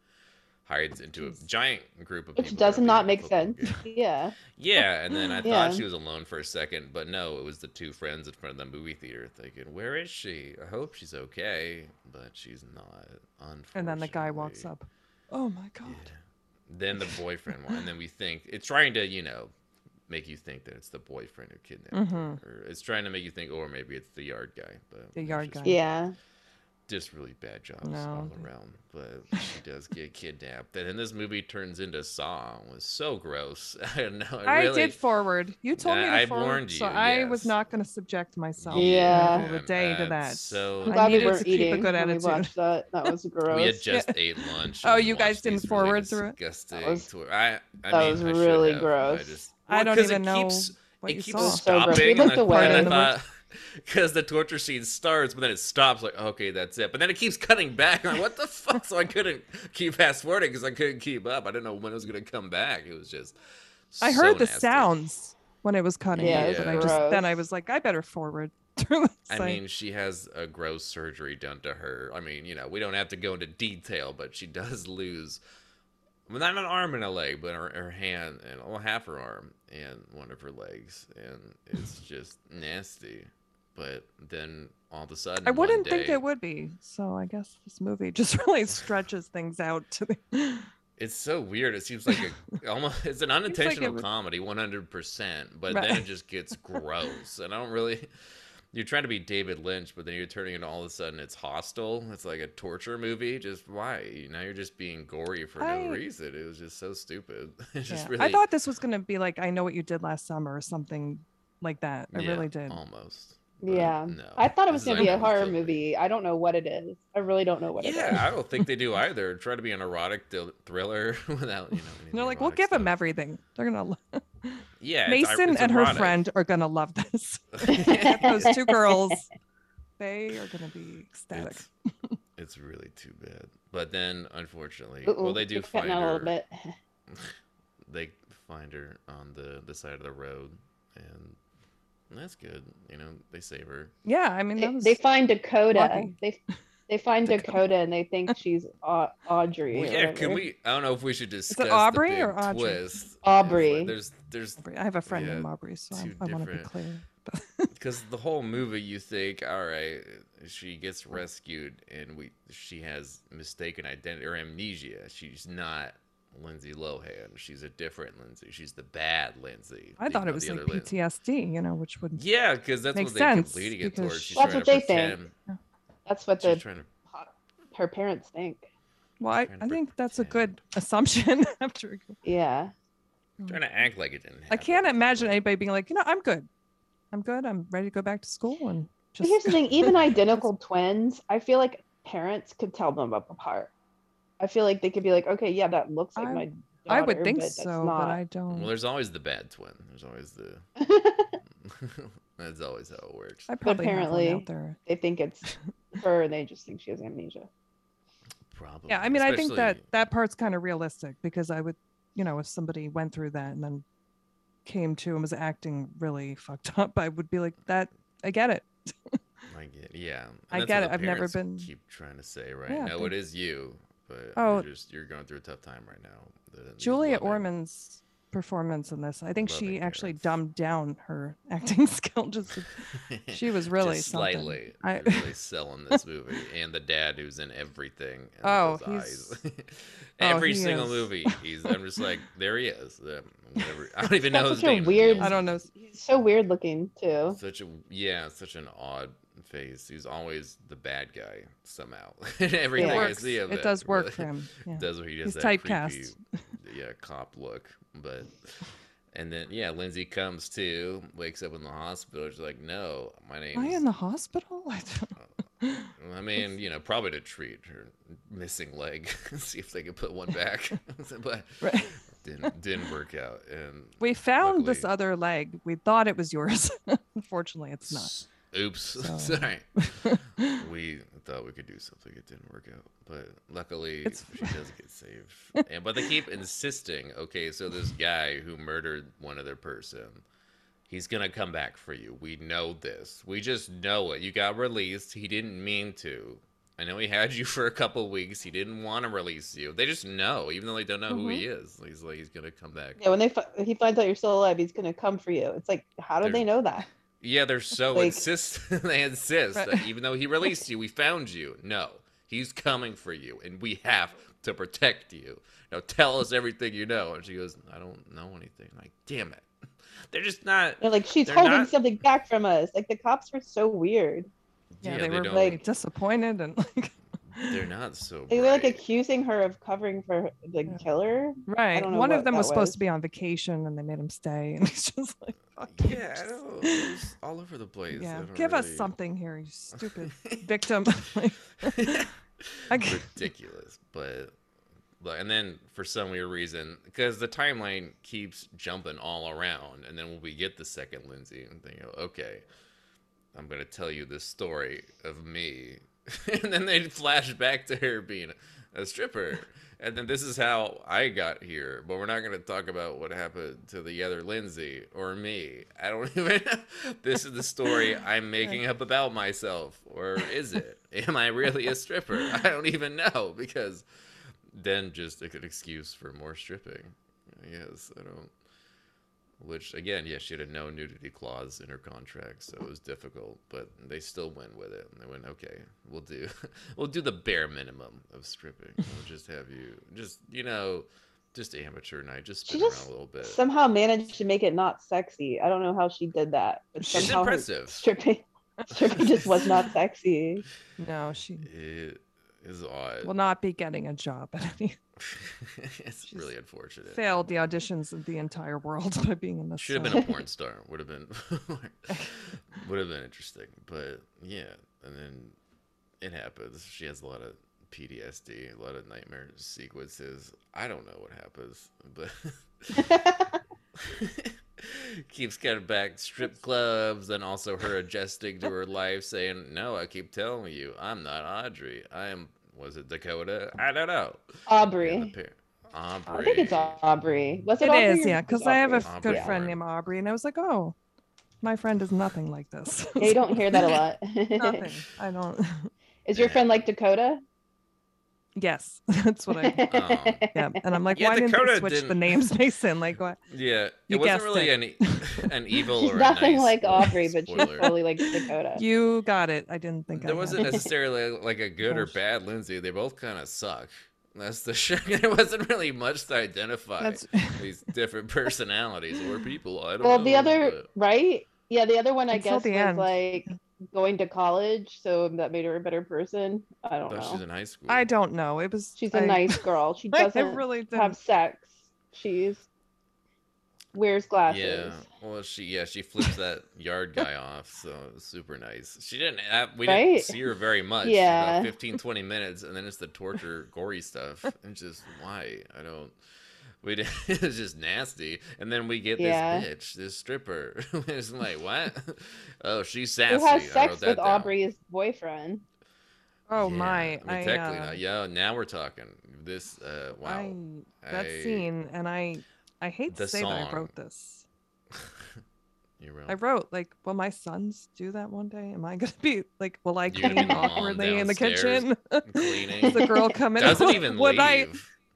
S2: hides into a
S3: Jeez.
S2: giant group of
S4: which
S2: people.
S4: does
S2: at a
S4: not
S2: big
S4: make
S2: football
S4: sense.
S2: game.
S4: Yeah,
S2: Yeah, and then I
S4: Yeah.
S2: thought she was alone for a second, but no, it was the two friends in front of the movie theater thinking, "Where is she? I hope she's okay, but she's not." Unfortunately.
S3: And then the guy walks up. Oh my
S2: Yeah.
S3: god.
S2: Then the boyfriend, wa- and then we think it's trying to, you know, make you think that it's the boyfriend who kidnapped her,
S3: Mhm.
S2: or it's trying to make you think, or maybe it's the yard guy. But
S3: The
S2: it's
S3: yard
S2: just-
S3: guy.
S4: yeah.
S2: just really bad jobs
S3: No.
S2: all around. But she does get kidnapped, and then this movie turns into Saw. It was so gross. I don't know. it
S3: I
S2: really-
S3: did forward. You told me
S2: I-
S3: to
S2: I
S3: forward,
S2: warned
S3: so
S2: you,
S3: I was
S2: yes.
S3: not going to subject myself.
S4: Yeah.
S3: middle of the day to
S2: that's
S3: that.
S2: So
S4: I'm
S3: I
S4: glad we
S3: needed to
S4: weren't
S3: keep a
S4: eating
S3: good
S4: when we
S3: attitude.
S4: watched that. That was gross.
S2: we had just
S3: Yeah.
S2: ate lunch.
S3: Oh,
S2: and
S3: you guys
S2: watched these
S3: didn't forward through it?
S2: disgusting
S4: That was-
S2: tour- I, I
S4: that
S2: mean,
S4: was
S2: I should
S4: really
S2: have,
S4: gross.
S3: I
S2: well,
S3: don't
S2: 'cause it
S3: even know
S2: keeps-
S3: What
S2: it
S3: you
S2: keeps
S3: saw.
S4: So gross.
S2: stopping. and
S4: We looked
S2: I-
S4: away.
S2: and I thought, because the torture scene starts, but then it stops. Like, okay, that's it. But then it keeps cutting back. I'm like, what the fuck? So I couldn't keep fast forwarding because I couldn't keep up. I didn't know when it was gonna come back. It was just.
S3: I heard
S2: so
S3: the
S2: nasty.
S3: sounds when it was cutting.
S2: it
S4: Yeah,
S3: out,
S2: was
S3: and I just then I
S4: gross.
S3: was like, I better forward through it.
S2: I
S3: So
S2: mean, she has a gross surgery done to her. I mean, you know, we don't have to go into detail, but she does lose, well, not an arm and a leg, but her, her hand and well, half her arm and one of her legs, and it's just nasty. But then all of a sudden,
S3: I wouldn't
S2: one
S3: think
S2: day-
S3: it would be. So I guess this movie just really stretches things out to the.
S2: It's so weird. It seems like a, almost it's an
S3: it
S2: unintentional
S3: would-
S2: comedy, one hundred percent. But
S3: Right.
S2: then it just gets gross, and I don't really. You're trying to be David Lynch, but then you're turning into all of a sudden it's hostile. It's like a torture movie. Just why now you're just being gory for
S3: I-
S2: no reason. It was just so stupid. It's
S3: Yeah.
S2: just really.
S3: I thought this was going to be like I know what you did last summer or something like that. I
S2: Yeah, Oh,
S3: really did.
S2: almost. but
S4: yeah.
S2: No,
S4: I thought
S2: This
S4: it was
S2: is
S4: going to be a
S2: almost
S4: horror movie. I don't know what it is. I really don't know what it is.
S2: Yeah, I don't think they do either. Try to be an erotic thil- thriller without you know.
S3: And They're
S2: anything
S3: like, we'll
S2: erotic
S3: give them
S2: stuff."
S3: everything. They're gonna lo-
S2: Yeah, it's-
S3: Mason
S2: it's
S3: and her
S2: erotic.
S3: friend are gonna love this. Those two girls, they are gonna be ecstatic.
S2: It's, it's really too bad. But then, unfortunately,
S4: Uh-oh,
S2: well, they do
S4: it's cutting
S2: find
S4: out a little
S2: her.
S4: bit.
S2: They find her on the the side of the road, and that's good. You know, they save her.
S3: Yeah, I mean, that
S4: They,
S3: was,
S4: they find Dakota.
S3: walking.
S4: They they find
S3: Dakota.
S4: Dakota and they think she's Au- Audrey.
S2: Well,
S4: or
S2: yeah, can
S4: whatever.
S2: we? I don't know if we should discuss
S3: Aubrey
S2: the big
S3: or Audrey?
S2: twist. It's like
S4: Aubrey.
S2: There's there's
S3: I have a friend
S2: Yeah,
S3: named Aubrey, so
S2: two
S3: I, I want to be
S2: different-
S3: clear. But
S2: because the whole movie you think all right she gets rescued and we she has mistaken identity or amnesia she's not lindsay lohan she's a different lindsay she's the bad lindsay
S3: I
S2: even
S3: thought
S2: though
S3: it was
S2: the
S3: like
S2: other Lin-
S3: PTSD, you know, which would
S2: yeah because that's
S3: Makes
S2: what they
S3: sense,
S2: kept leading it
S3: because
S2: towards she's
S3: Well,
S4: that's
S2: trying
S4: what
S2: to
S4: they think.
S2: pretend
S4: That's what
S2: she's
S4: the
S2: trying to
S4: her parents think.
S3: Well, I,
S2: trying to
S3: I think that's a
S2: pretend.
S3: good assumption. After
S4: Yeah.
S2: trying to act like it didn't happen.
S3: I can't imagine anybody being like, you know, I'm good, I'm good, I'm ready to go back to school and
S4: But
S3: just.
S4: here's the thing: even identical twins, I feel like parents could tell them up apart. I feel like they could be like, okay, yeah, that looks like
S3: I-
S4: my.
S3: I would
S4: daughter,
S3: think
S4: but that's
S3: so,
S4: not.
S3: but I don't.
S2: well there's always the bad twin there's always the that's always how it works
S3: I probably apparently,
S4: apparently-
S3: out there.
S4: They think it's her, and they just think she has amnesia.
S2: probably
S3: Yeah, I mean, I think that
S2: especially-
S3: that part's kind of realistic because I would, you know, if somebody went through that and then came to and was acting really fucked up, I would be like, that, I get it.
S2: I get, yeah. And
S3: I
S2: that's
S3: get
S2: what
S3: it.
S2: the
S3: I've never
S2: parents
S3: been-
S2: Keep trying to say right
S3: Yeah,
S2: now
S3: but-
S2: it is you, but
S3: Oh.
S2: you're just you're going through a tough time right now. The- these
S3: Julia
S2: loving-
S3: Ormond's performance in this, I think she
S2: Loving
S3: actually
S2: parents.
S3: dumbed down her acting skill. Just a- she was really
S2: just
S3: something.
S2: slightly
S3: I-
S2: really selling this movie and the dad who's in everything and
S3: Oh,
S2: with his
S3: he's- Oh,
S2: eyes. every
S3: he
S2: single
S3: is.
S2: movie he's i'm just like there he is Um, whatever i don't even know
S4: That's
S2: his
S4: such a
S2: name in the
S4: weird-
S2: old
S3: I don't know.
S4: He's so weird looking too.
S2: such a yeah such an odd face he's always the bad guy somehow in everything
S3: It
S4: Yeah.
S2: i
S3: works.
S2: see of
S3: It does work
S2: really
S3: for him. Yeah.
S2: does what he does that
S3: He's
S2: creepy,
S3: typecast.
S2: yeah cop look but and then yeah lindsay comes to wakes up in the hospital she's like no my
S3: Am I
S2: name's
S3: in the hospital? I don't-
S2: I mean, you know, probably to treat her missing leg, see if they could put one back, but
S3: Right.
S2: didn't didn't work out. And
S3: We found this
S2: Luckily-
S3: other leg. We thought it was yours. Unfortunately, it's not.
S2: s- oops,
S3: So-
S2: sorry. We thought we could do something, it didn't work out, but luckily
S3: It's-
S2: she does get saved. And but they keep insisting. Okay, so this guy who murdered one other person, he's gonna come back for you. We know this. We just know it. You got released. He didn't mean to. I know he had you for a couple weeks. He didn't want to release you. They just know, even though they don't know who he is. He's like he's gonna come back.
S4: Yeah, when they fi- he finds out you're still alive, he's gonna come for you. It's like, how do
S2: There's-
S4: they know that?
S2: Yeah, they're so
S4: Like-
S2: insistent. they insist
S3: Right.
S2: that even though he released you, we found you. No, he's coming for you, and we have to protect you. Now tell us everything you know. And she goes, I don't know anything. Like, damn it. They're just not.
S4: They're like, she's
S2: They're
S4: holding
S2: not-
S4: something back from us. Like the cops were so weird.
S3: yeah,
S2: Yeah,
S3: they,
S2: they,
S3: were
S2: don't.
S3: really
S4: like-
S3: disappointed and like
S2: they're not so.
S4: They were like
S2: bright.
S4: accusing her of covering for the
S3: Yeah.
S4: killer.
S3: right.
S4: don't know
S3: One of
S4: what
S3: them
S4: that
S3: was supposed
S4: was.
S3: to be on vacation and they made him stay, and he's just like, Fuck you,
S2: Yeah, I
S3: just-
S2: don't know. It was all over the place. I
S3: yeah.
S2: don't
S3: Give us
S2: really-
S3: something here, you stupid victim. like, I g-
S2: ridiculous but but and then for some weird reason because the timeline keeps jumping all around and then when we get the second lindsay and they go okay i'm gonna tell you this story of me and then they flash back to her being a stripper and then this is how i got here but we're not gonna talk about what happened to the other lindsay or me i don't even this is the story i'm making up about myself or is it am i really a stripper i don't even know because then just a good excuse for more stripping i guess i don't which again yeah she had a no nudity clause in her contract so it was difficult but they still went with it and they went okay we'll do we'll do the bare minimum of stripping we'll just have you just you know just amateur night just
S4: She
S2: spin around
S4: just
S2: a little bit
S4: Somehow managed to make it not sexy. I don't know how she did that, but
S2: She's
S4: somehow her
S2: impressive.
S4: stripping stripping just was not sexy.
S3: no, she
S2: it is odd
S3: will not be getting a job at any.
S2: it's
S3: She's
S2: really unfortunate.
S3: Failed the auditions of the entire world by being in this.
S2: Should have
S3: film.
S2: been a porn star. Would have been would have been interesting. But yeah, and then it happens. She has a lot of PTSD, a lot of nightmare sequences. I don't know what happens, but keeps getting back strip clubs and also her adjusting to her life saying no i keep telling you i'm not audrey i'm was it dakota i don't know And the
S4: Aubrey.
S2: pair-
S4: I think it's
S2: Aubrey.
S4: Aubrey. Was it,
S3: It
S4: Aubrey
S3: is,
S4: or
S3: yeah,
S4: was it
S3: because I have a
S4: Aubrey?
S3: f- good
S2: Aubrey
S3: friend
S2: Warren.
S3: named Aubrey, and I was like, oh, my friend is nothing like this.
S4: Yeah, you don't hear that a lot.
S3: nothing. I don't.
S4: Is your friend like Dakota?
S3: Yes, that's what I.
S2: oh,
S3: Yeah, and I'm like,
S2: Yeah,
S3: why didn't
S2: Dakota
S3: they switch the
S2: didn't-
S3: names, Mason? Like, what?
S2: Yeah, it
S3: You
S2: wasn't
S3: guessed
S2: really
S3: it.
S2: an e- an evil
S4: She's
S2: or a
S4: nothing
S2: nice
S4: like
S2: spoil-
S4: Aubrey, but she's
S2: spoiler.
S4: totally like Dakota.
S3: You got it. I didn't think
S2: there
S3: I
S2: wasn't
S3: wasn't.
S2: necessarily like a good or
S3: Gosh.
S2: bad Lindsay. They both kind of suck. That's the show. There wasn't really much to identify
S3: That's
S2: these different personalities or people. I don't
S4: well,
S2: know.
S4: the other
S2: but-
S4: right? Yeah, the other one I
S3: Until
S4: guess
S3: the
S4: was
S3: end.
S4: like going to college, so that made her a better person. I don't
S2: Oh,
S4: know.
S2: she's in high school.
S3: I don't know. It was.
S4: She's a
S3: I-
S4: nice girl. She
S3: I,
S4: doesn't
S3: really didn't.
S4: have sex. She's wears glasses.
S2: Yeah. Well, she yeah she flips that yard guy off, so it was super nice. She didn't have, we
S4: Right?
S2: didn't see her very much. She's
S4: Yeah.
S2: About 15, 20 minutes, and then it's the torture, gory stuff, and just why I don't. We did, it was just nasty, and then we get
S4: Yeah.
S2: this bitch, this stripper. it's like what? Oh, she's
S4: Who
S2: sassy.
S4: has
S2: I wrote
S4: sex
S2: that
S4: with
S2: down.
S4: Aubrey's boyfriend?
S3: Oh
S2: Yeah,
S3: my!
S2: I mean,
S3: I,
S2: technically
S3: uh,
S2: not. Yeah, now we're talking. This uh, wow.
S3: I- that
S2: I-
S3: scene, and I, I hate to
S2: The
S3: say that I
S2: song. Oh.
S3: wrote this.
S2: You're
S3: I
S2: right.
S3: wrote like, will my sons do that one day? Am I gonna be like, will I
S2: You're gonna be
S3: clean
S2: the mom
S3: awkwardly in the
S2: downstairs
S3: kitchen?
S2: cleaning.
S3: Does the girl come in?
S2: Doesn't even
S3: would
S2: leave.
S3: I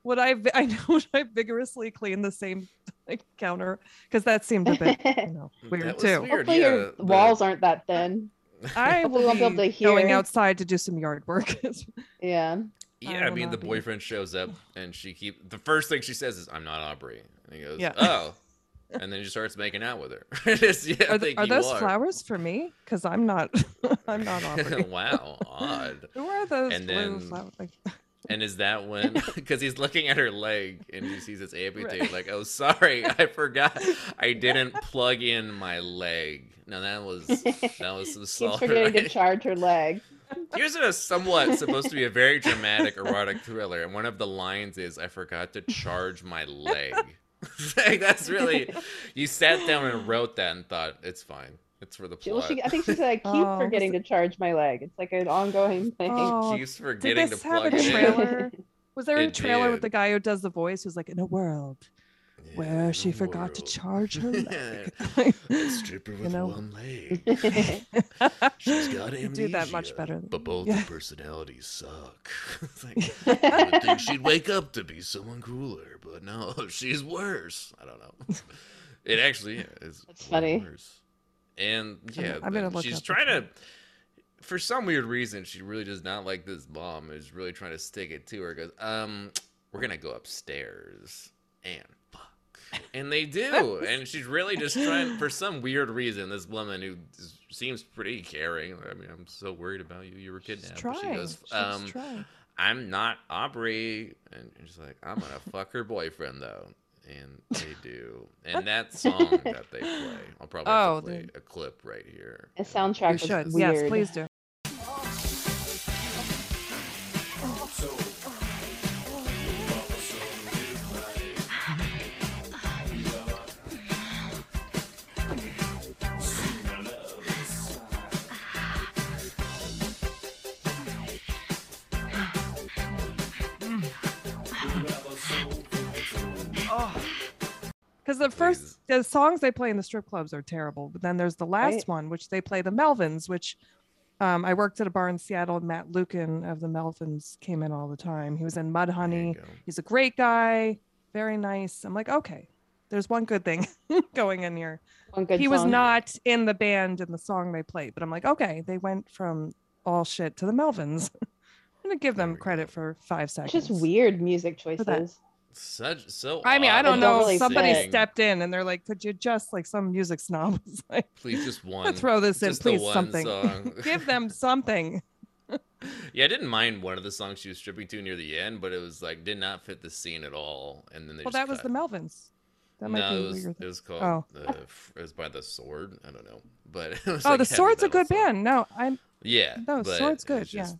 S3: would I vi- I know would I vigorously clean the same like counter because that seemed a bit you know
S2: Hmm, Mm, That
S3: weird
S2: was
S3: too.
S2: weird.
S4: Hopefully your
S2: yeah, the-
S4: walls aren't that thin.
S3: I
S4: Hopefully
S3: will be,
S4: won't be able to
S3: going
S4: hear.
S3: outside to do some yard work.
S4: Yeah.
S3: I
S2: Yeah, I
S3: will
S2: mean the
S3: not be.
S2: boyfriend shows up and she keep the first thing she says is I'm not Aubrey. And he goes,
S3: Yeah.
S2: "Oh." And then he starts making out with her. It's, yeah, I
S3: are, th-
S2: think
S3: are
S2: you
S3: those flowers for me? Because I'm not I'm not Aubrey.
S2: wow, odd.
S3: Who are those
S2: And
S3: blue
S2: then-
S3: flowers? Like,
S2: And is that when? Because he's looking at her leg and he sees it's amputated. Like, oh, sorry, I forgot. I didn't plug in my leg. No, that was that was some
S4: Keeps
S2: salt.
S4: forgetting to
S2: right?
S4: charge her leg.
S2: Here's a somewhat supposed to be a very dramatic erotic thriller, and one of the lines is, "I forgot to charge my leg." like, that's really you sat down and wrote that and thought it's fine. It's for the
S4: She, well,
S2: plot.
S4: she, I think she said, I keep
S3: Oh,
S4: forgetting to charge my leg. It's like an ongoing thing.
S3: oh,
S2: keeps forgetting to
S3: this have a
S2: plug it in.
S3: trailer? was there a
S2: It
S3: trailer with
S2: did.
S3: the guy who does the voice who's like in a world
S2: Yeah,
S3: where she
S2: the
S3: forgot to
S2: world.
S3: charge her leg?
S2: A stripper with
S3: know?
S2: one leg. She's got
S3: You
S2: amnesia.
S3: do that much better. than-
S2: But both
S3: yeah.
S2: her personalities suck. It's like, I would think she'd wake up to be someone cooler, but no, she's worse. I don't know. It actually is.
S4: That's
S2: way
S4: funny.
S2: Worse. And yeah,
S3: I'm gonna
S2: then
S3: look
S2: she's
S3: up the
S2: trying to. For some weird reason, she really does not like this mom. Is really trying to stick it to her. Goes, um, we're gonna go upstairs and fuck. And they do. and she's really just trying for some weird reason, this woman who s- seems pretty caring. I mean, I'm so worried about you. You were
S3: She's
S2: kidnapped. But
S3: trying.
S2: she goes,
S3: She's
S2: um,
S3: trying.
S2: I'm not Aubrey. And and she's like, I'm gonna fuck her boyfriend though. And they do. And that song that they play. I'll probably have
S3: Oh,
S2: to play
S3: the-
S2: a clip right here.
S4: The soundtrack
S3: You
S4: was
S3: should.
S4: weird.
S3: Yes, please do. Because Oh. the
S2: Please.
S3: first the songs they play in the strip clubs are terrible, but then there's the last
S4: Right.
S3: one, which they play the Melvins, which um, I worked at a bar in Seattle. and Matt Lukin of the Melvins came in all the time. He was in Mud
S2: There you
S3: Honey.
S2: go.
S3: He's a great guy, very nice. I'm like, okay, there's one good thing going in here.
S4: One good
S3: he was
S4: song.
S3: not in the band in the song they played, but I'm like, okay, they went from all shit to the Melvins. I'm gonna give
S2: There
S3: them
S2: we
S3: credit
S2: go.
S3: for five
S4: It's
S3: seconds.
S4: just weird music
S3: that.
S4: choices.
S2: Such so
S3: I mean, I
S2: odd.
S3: don't
S4: It
S3: know.
S4: really
S3: Somebody
S4: fit.
S3: stepped in and they're like, could you just like some music snob was like,
S2: Please just one.
S3: "Let's throw this in,
S2: just the
S3: please,
S2: one
S3: something.
S2: song.
S3: Give them something.
S2: Yeah, I didn't mind one of the songs she was stripping to near the end, but it was like did not fit the scene at all. And then they
S3: well,
S2: just
S3: that was
S2: cut.
S3: the Melvins. That might
S2: no,
S3: be
S2: it was,
S3: weird.
S2: it was called.
S3: Oh.
S2: Uh, f- it was by the Sword. I don't know, but it was
S3: oh,
S2: like heavy
S3: the Sword's a
S2: metal
S3: good
S2: song.
S3: band. No, I'm
S2: Yeah,
S3: No,
S2: but
S3: Sword's
S2: it
S3: good,
S2: was just-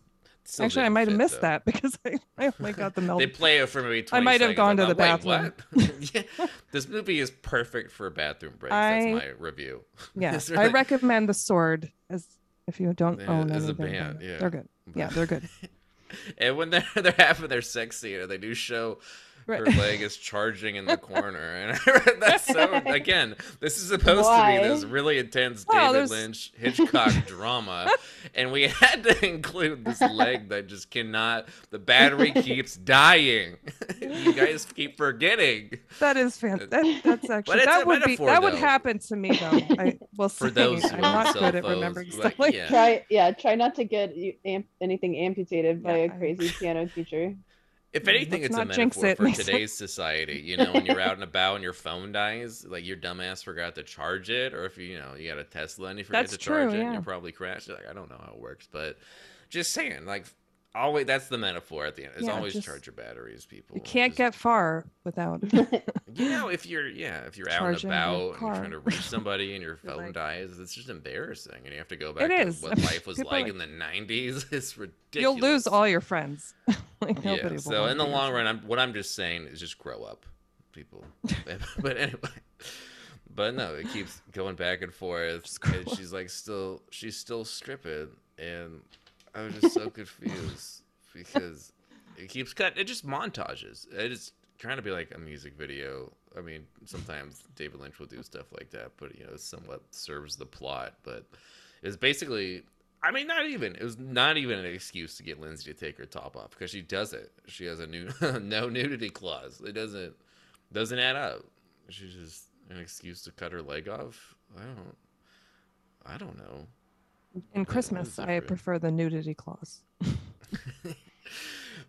S2: still
S3: actually I
S2: didn't
S3: might have
S2: fit,
S3: missed
S2: though.
S3: that because I, I only got the
S2: They
S3: Melvins.
S2: play it for maybe 20
S3: I might have
S2: seconds.
S3: gone to
S2: I'm
S3: the
S2: like,
S3: bathroom.
S2: "What?" yeah, this movie is perfect for bathroom breaks.
S3: I-
S2: That's my review.
S3: yeah,
S2: It's
S3: I
S2: really-
S3: recommend the Sword as if you don't
S2: Yeah,
S3: own
S2: as a
S3: any of their
S2: band,
S3: band.
S2: yeah.
S3: They're good. Yeah, they're good.
S2: And when they're they're having their sex scene, or they do show her
S3: Right.
S2: leg is charging in the corner, and I read that's so. Again, this is supposed to
S4: Why?
S2: be this really intense
S3: Oh,
S2: David
S3: there's-
S2: Lynch Hitchcock drama, and we had to include this leg that just cannot. The battery keeps dying. you guys keep forgetting.
S3: That is fantastic. That, that's actually
S2: uh, it's
S3: that
S2: a
S3: would be
S2: metaphor,
S3: that would
S2: though.
S3: happen to me though. I will
S2: For
S3: say
S2: those who
S3: I'm
S2: are on
S3: not
S2: cell
S3: good at
S2: phones,
S3: remembering
S2: like,
S3: stuff like
S2: yeah.
S4: Try, yeah, try not to get you- amp- anything amputated by
S3: Yeah,
S4: a
S3: I-
S4: crazy piano teacher.
S2: If
S3: Yeah,
S2: anything,
S3: let's
S2: it's a
S3: not jinx
S2: metaphor
S3: it,
S2: for
S3: Lisa.
S2: today's society. You know, when you're out and about and your phone dies, like your dumbass forgot to charge it, or if you, you know you got a Tesla and you forget
S3: That's
S2: to charge
S3: true,
S2: it, and
S3: yeah.
S2: you probably crashed. Like I don't know how it works, but just saying, like always, that's the metaphor at the end. It's
S3: Yeah,
S2: always
S3: just-
S2: charge your batteries, people.
S3: You can't
S2: Just-
S3: get far without.
S2: you know if you're yeah if you're out and
S3: Charging your
S2: about and you're
S3: car.
S2: trying to reach somebody and your
S3: You're
S2: phone
S3: like-
S2: dies, it's just embarrassing, and you have to go back to
S3: is.
S2: what life was
S3: People are
S2: like
S3: like-
S2: in the '90s. It's ridiculous.
S3: You'll lose all your friends. like nobody
S2: yeah.
S3: will.
S2: So
S3: wanna
S2: in the
S3: be your
S2: long
S3: friend.
S2: run, I'm, what I'm just saying is just grow up, people. but anyway, but no, it keeps going back and forth,
S3: Just grow
S2: and
S3: up.
S2: she's like still she's still stripping, and I was just so confused because it keeps cutting. It just montages. It is trying to be like a music video. I mean, sometimes David Lynch will do stuff like that, but you know, it somewhat serves the plot. But it's basically, I mean, not even it was not even an excuse to get Lindsay to take her top off because she does it. She has a new no nudity clause. It doesn't doesn't add up. She's just an excuse to cut her leg off. I don't. I don't know.
S3: In
S2: that is
S3: Christmas, I
S2: different.
S3: prefer the nudity clause.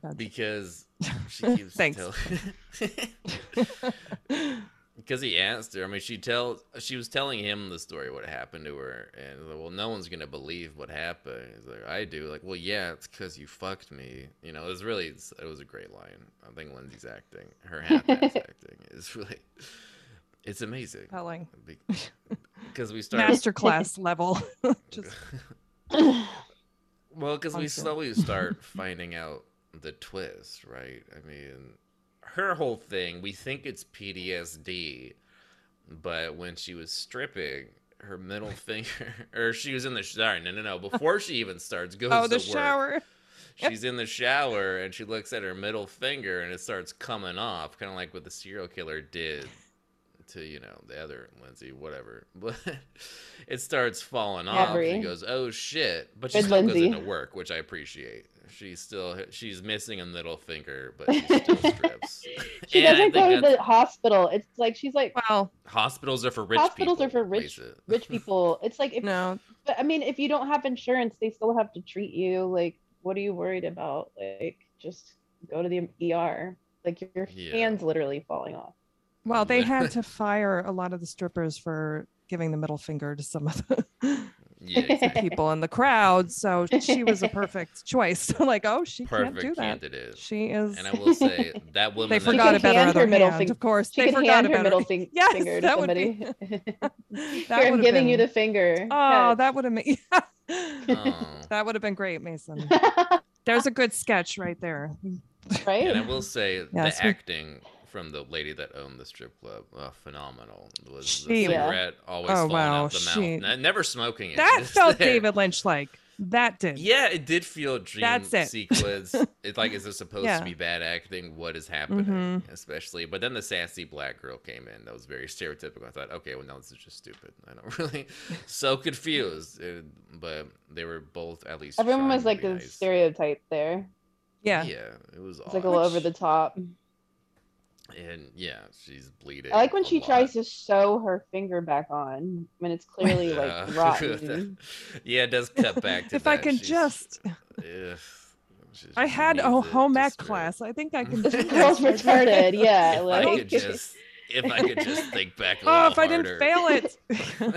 S3: Gotcha.
S2: because she keeps
S3: Thanks.
S2: tell- because he asked her. I mean, she tells she was telling him the story what happened to her, and like, well, no one's gonna believe what happened. He's like, I do. Like, well, yeah, it's because you fucked me. You know, it was really it was a great line. I think Lindsay's acting, her half acting is really, it's amazing.
S3: Telling.
S2: Because we started
S3: Masterclass level. Just
S2: Well, because we
S3: Awesome.
S2: slowly start finding out the twist, right? I mean, her whole thing, we think it's PTSD, but when she was stripping, her middle finger, or she was in the shower. No, no, no. Before she even starts goes
S3: oh,
S2: to
S3: the
S2: work,
S3: shower.
S2: she's in the shower and she looks at her middle finger and it starts coming off, kind of like what the serial killer did to you know the other Lindsay, whatever. But it starts falling off. and She
S4: Avery.
S2: goes, "Oh shit!" But she
S4: Good
S2: still
S4: Lindsay.
S2: goes into work, which I appreciate. She's still she's missing a middle finger, but she still strips.
S4: She
S2: And I
S4: doesn't
S2: think
S4: go to
S2: that's-
S4: the hospital. It's like she's like
S3: Well,
S2: Hospitals are for rich
S4: Hospitals
S2: people.
S4: are for rich-
S2: Lisa.
S4: rich people. It's like if
S3: no,
S4: but I mean if you don't have insurance, they still have to treat you. Like what are you worried about? Like just go to the ER. Like your
S2: Yeah.
S4: hands literally falling off.
S3: well, they had to fire a lot of the strippers for giving the middle finger to some of the
S2: yeah, exactly.
S3: people in the crowd. So she was a perfect choice. like, oh, she
S2: perfect
S3: can't do that.
S2: candidate.
S3: She is.
S2: And I will say that woman.
S3: They
S2: that-
S3: forgot
S4: can
S3: about her
S4: hand her
S3: other
S4: middle
S3: hand.
S4: finger-
S3: Of course,
S4: She
S3: they
S4: can
S3: forgot
S4: hand
S3: about
S4: her middle fing-
S3: Yes,
S4: finger to
S3: that would be-
S4: somebody.
S3: That
S4: Here, I'm
S3: would've
S4: giving you
S3: been-
S4: the finger.
S3: Oh, that would have been.
S2: Oh.
S3: that would have been great, Mason.
S4: that
S3: There's a good sketch right there.
S4: right.
S2: And I will say
S3: Yes,
S2: the
S3: we-
S2: acting from the lady that owned the strip club, uh, phenomenal. Was the
S3: She- Yeah.
S2: cigarette always
S3: Oh,
S2: falling
S3: wow,
S2: out the
S3: she-
S2: mouth, ne- never smoking it.
S3: That
S2: just
S3: felt
S2: there.
S3: David Lynch like. That did.
S2: Yeah, it did feel dream
S3: That's it.
S2: sequence. it's like, is this supposed
S3: Yeah. Mm-hmm.
S2: to be bad acting? What is happening? Especially, but then the sassy black girl came in. That was very stereotypical. I thought, okay, well, no, this is just stupid. I don't really. so confused. It- but they were both at least.
S4: Everyone
S2: trying
S4: was
S2: to
S4: like
S2: be
S4: the
S2: nice.
S4: stereotype there.
S3: Yeah.
S2: Yeah, it was.
S4: It's like a little over the top.
S2: And yeah, she's bleeding.
S4: I like when
S2: a
S4: she
S2: lot.
S4: tries to sew her finger back on when it's clearly
S2: Yeah.
S4: like rotten.
S2: yeah, it does cut back to
S3: If I
S2: that.
S3: could
S2: She's-
S3: just-
S2: Ugh. She
S3: I
S2: just
S3: had a
S2: needs it
S3: home
S2: to
S3: ec
S2: screw.
S3: class. I think I can.
S2: This
S3: do
S4: This girl's
S3: this.
S4: retarded. Yeah,
S2: If I
S4: like
S2: could just, if I could just think back. A
S3: Oh,
S2: little
S3: if I didn't
S2: harder.
S3: fail it.
S2: yeah,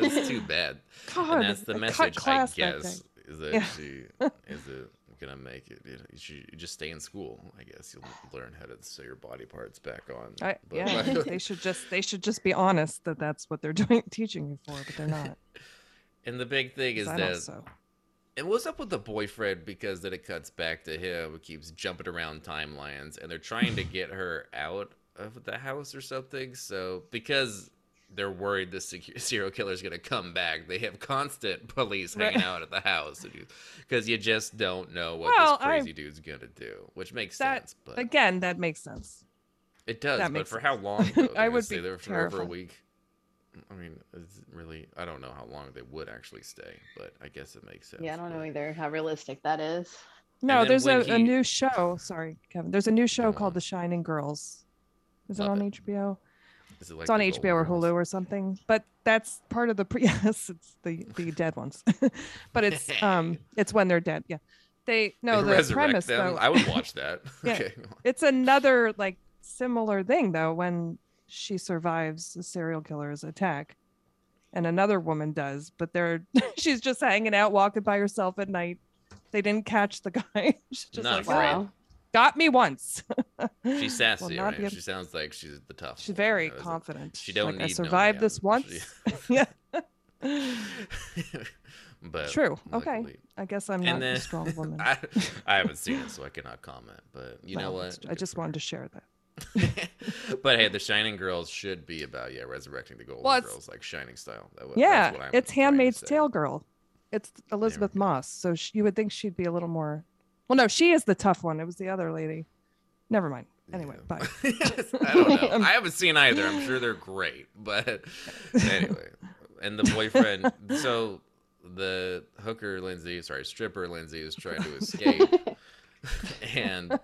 S2: that's too bad.
S3: God,
S2: And that's the
S3: I cut
S2: message, I
S3: class that
S2: guess,
S3: day.
S2: is that
S3: Yeah.
S2: she is it gonna make it. You know, you should just stay in school. I guess you'll learn how to sew your body parts back on.
S3: I,
S2: But-
S3: yeah, they should just they should just be honest that that's what they're doing teaching you for, but they're not.
S2: and the big thing
S3: 'cause
S2: is
S3: I'm
S2: that
S3: also-
S2: And what's up with the boyfriend? Because then it cuts back to him, it keeps jumping around timelines, and they're trying to get her out of the house or something. So because they're worried the secu- serial killer's gonna come back, they have constant police hanging
S3: Right.
S2: out at the house because you just don't know what
S3: Well,
S2: this
S3: I-
S2: crazy dude's gonna do, which makes
S3: That-
S2: sense. But
S3: again, that makes sense.
S2: it does,
S3: that
S2: but
S3: makes
S2: for how
S3: sense.
S2: long? Though? They're
S3: I
S2: gonna
S3: would
S2: stay
S3: be
S2: there for over a
S3: terrified.
S2: week. I mean, it's really, I don't know how long they would actually stay, but I guess it makes sense.
S4: yeah, I don't know
S2: but-
S4: either how realistic that is.
S3: No,
S2: then
S3: there's
S2: when
S3: a, a
S2: he- Uh,
S3: new show. Sorry, Kevin. There's a new
S2: Go
S3: show
S2: on.
S3: called The Shining Girls. Is it
S2: Love
S3: on
S2: it.
S3: HBO?
S2: Is it like
S3: it's on
S2: the
S3: HBO or
S2: Golden
S3: Hulu or something. But that's part of the pre- yes, it's the the dead ones. but it's um it's when they're dead. Yeah, they no
S2: They
S3: the
S2: resurrect
S3: premise
S2: them?
S3: though.
S2: I would watch that.
S3: Yeah.
S2: Okay.
S3: it's another like similar thing though when she survives a serial killer's attack and another woman does but they're she's just hanging out walking by herself at night they didn't catch the guy she's just
S2: Not
S3: like
S2: afraid.
S3: wow got me once
S2: She's
S3: Will
S2: sassy,
S3: not
S2: right?
S3: be able-
S2: She sounds like she's the tough.
S3: she's
S2: one, you
S3: very
S2: know, isn't-
S3: confident
S2: She
S3: She's
S2: don't
S3: like
S2: need
S3: i
S2: no
S3: survived this
S2: man.
S3: once yeah
S2: She- but
S3: True. Okay.
S2: luckily-
S3: i guess i'm
S2: uh, And
S3: not
S2: then-
S3: a strong woman
S2: I, I haven't seen it, so I cannot comment. But you know
S3: Well,
S2: what?
S3: it's- i just wanted to share that
S2: but hey, the Shining Girls should be about yeah resurrecting the Golden
S3: Well, it's-
S2: Girls like Shining style. That wa- that's what
S3: yeah
S2: I'm
S3: it's
S2: trying to
S3: handmaid's
S2: say.
S3: tale girl it's elizabeth
S2: go.
S3: moss so she, you would think she'd be a little more well no she is the tough one it was the other lady never mind Anyway,
S2: Yeah.
S3: bye.
S2: I don't know. I haven't seen either. I'm sure they're great, but anyway. And the boyfriend, so the hooker Lindsay, sorry, stripper Lindsay is trying to escape, and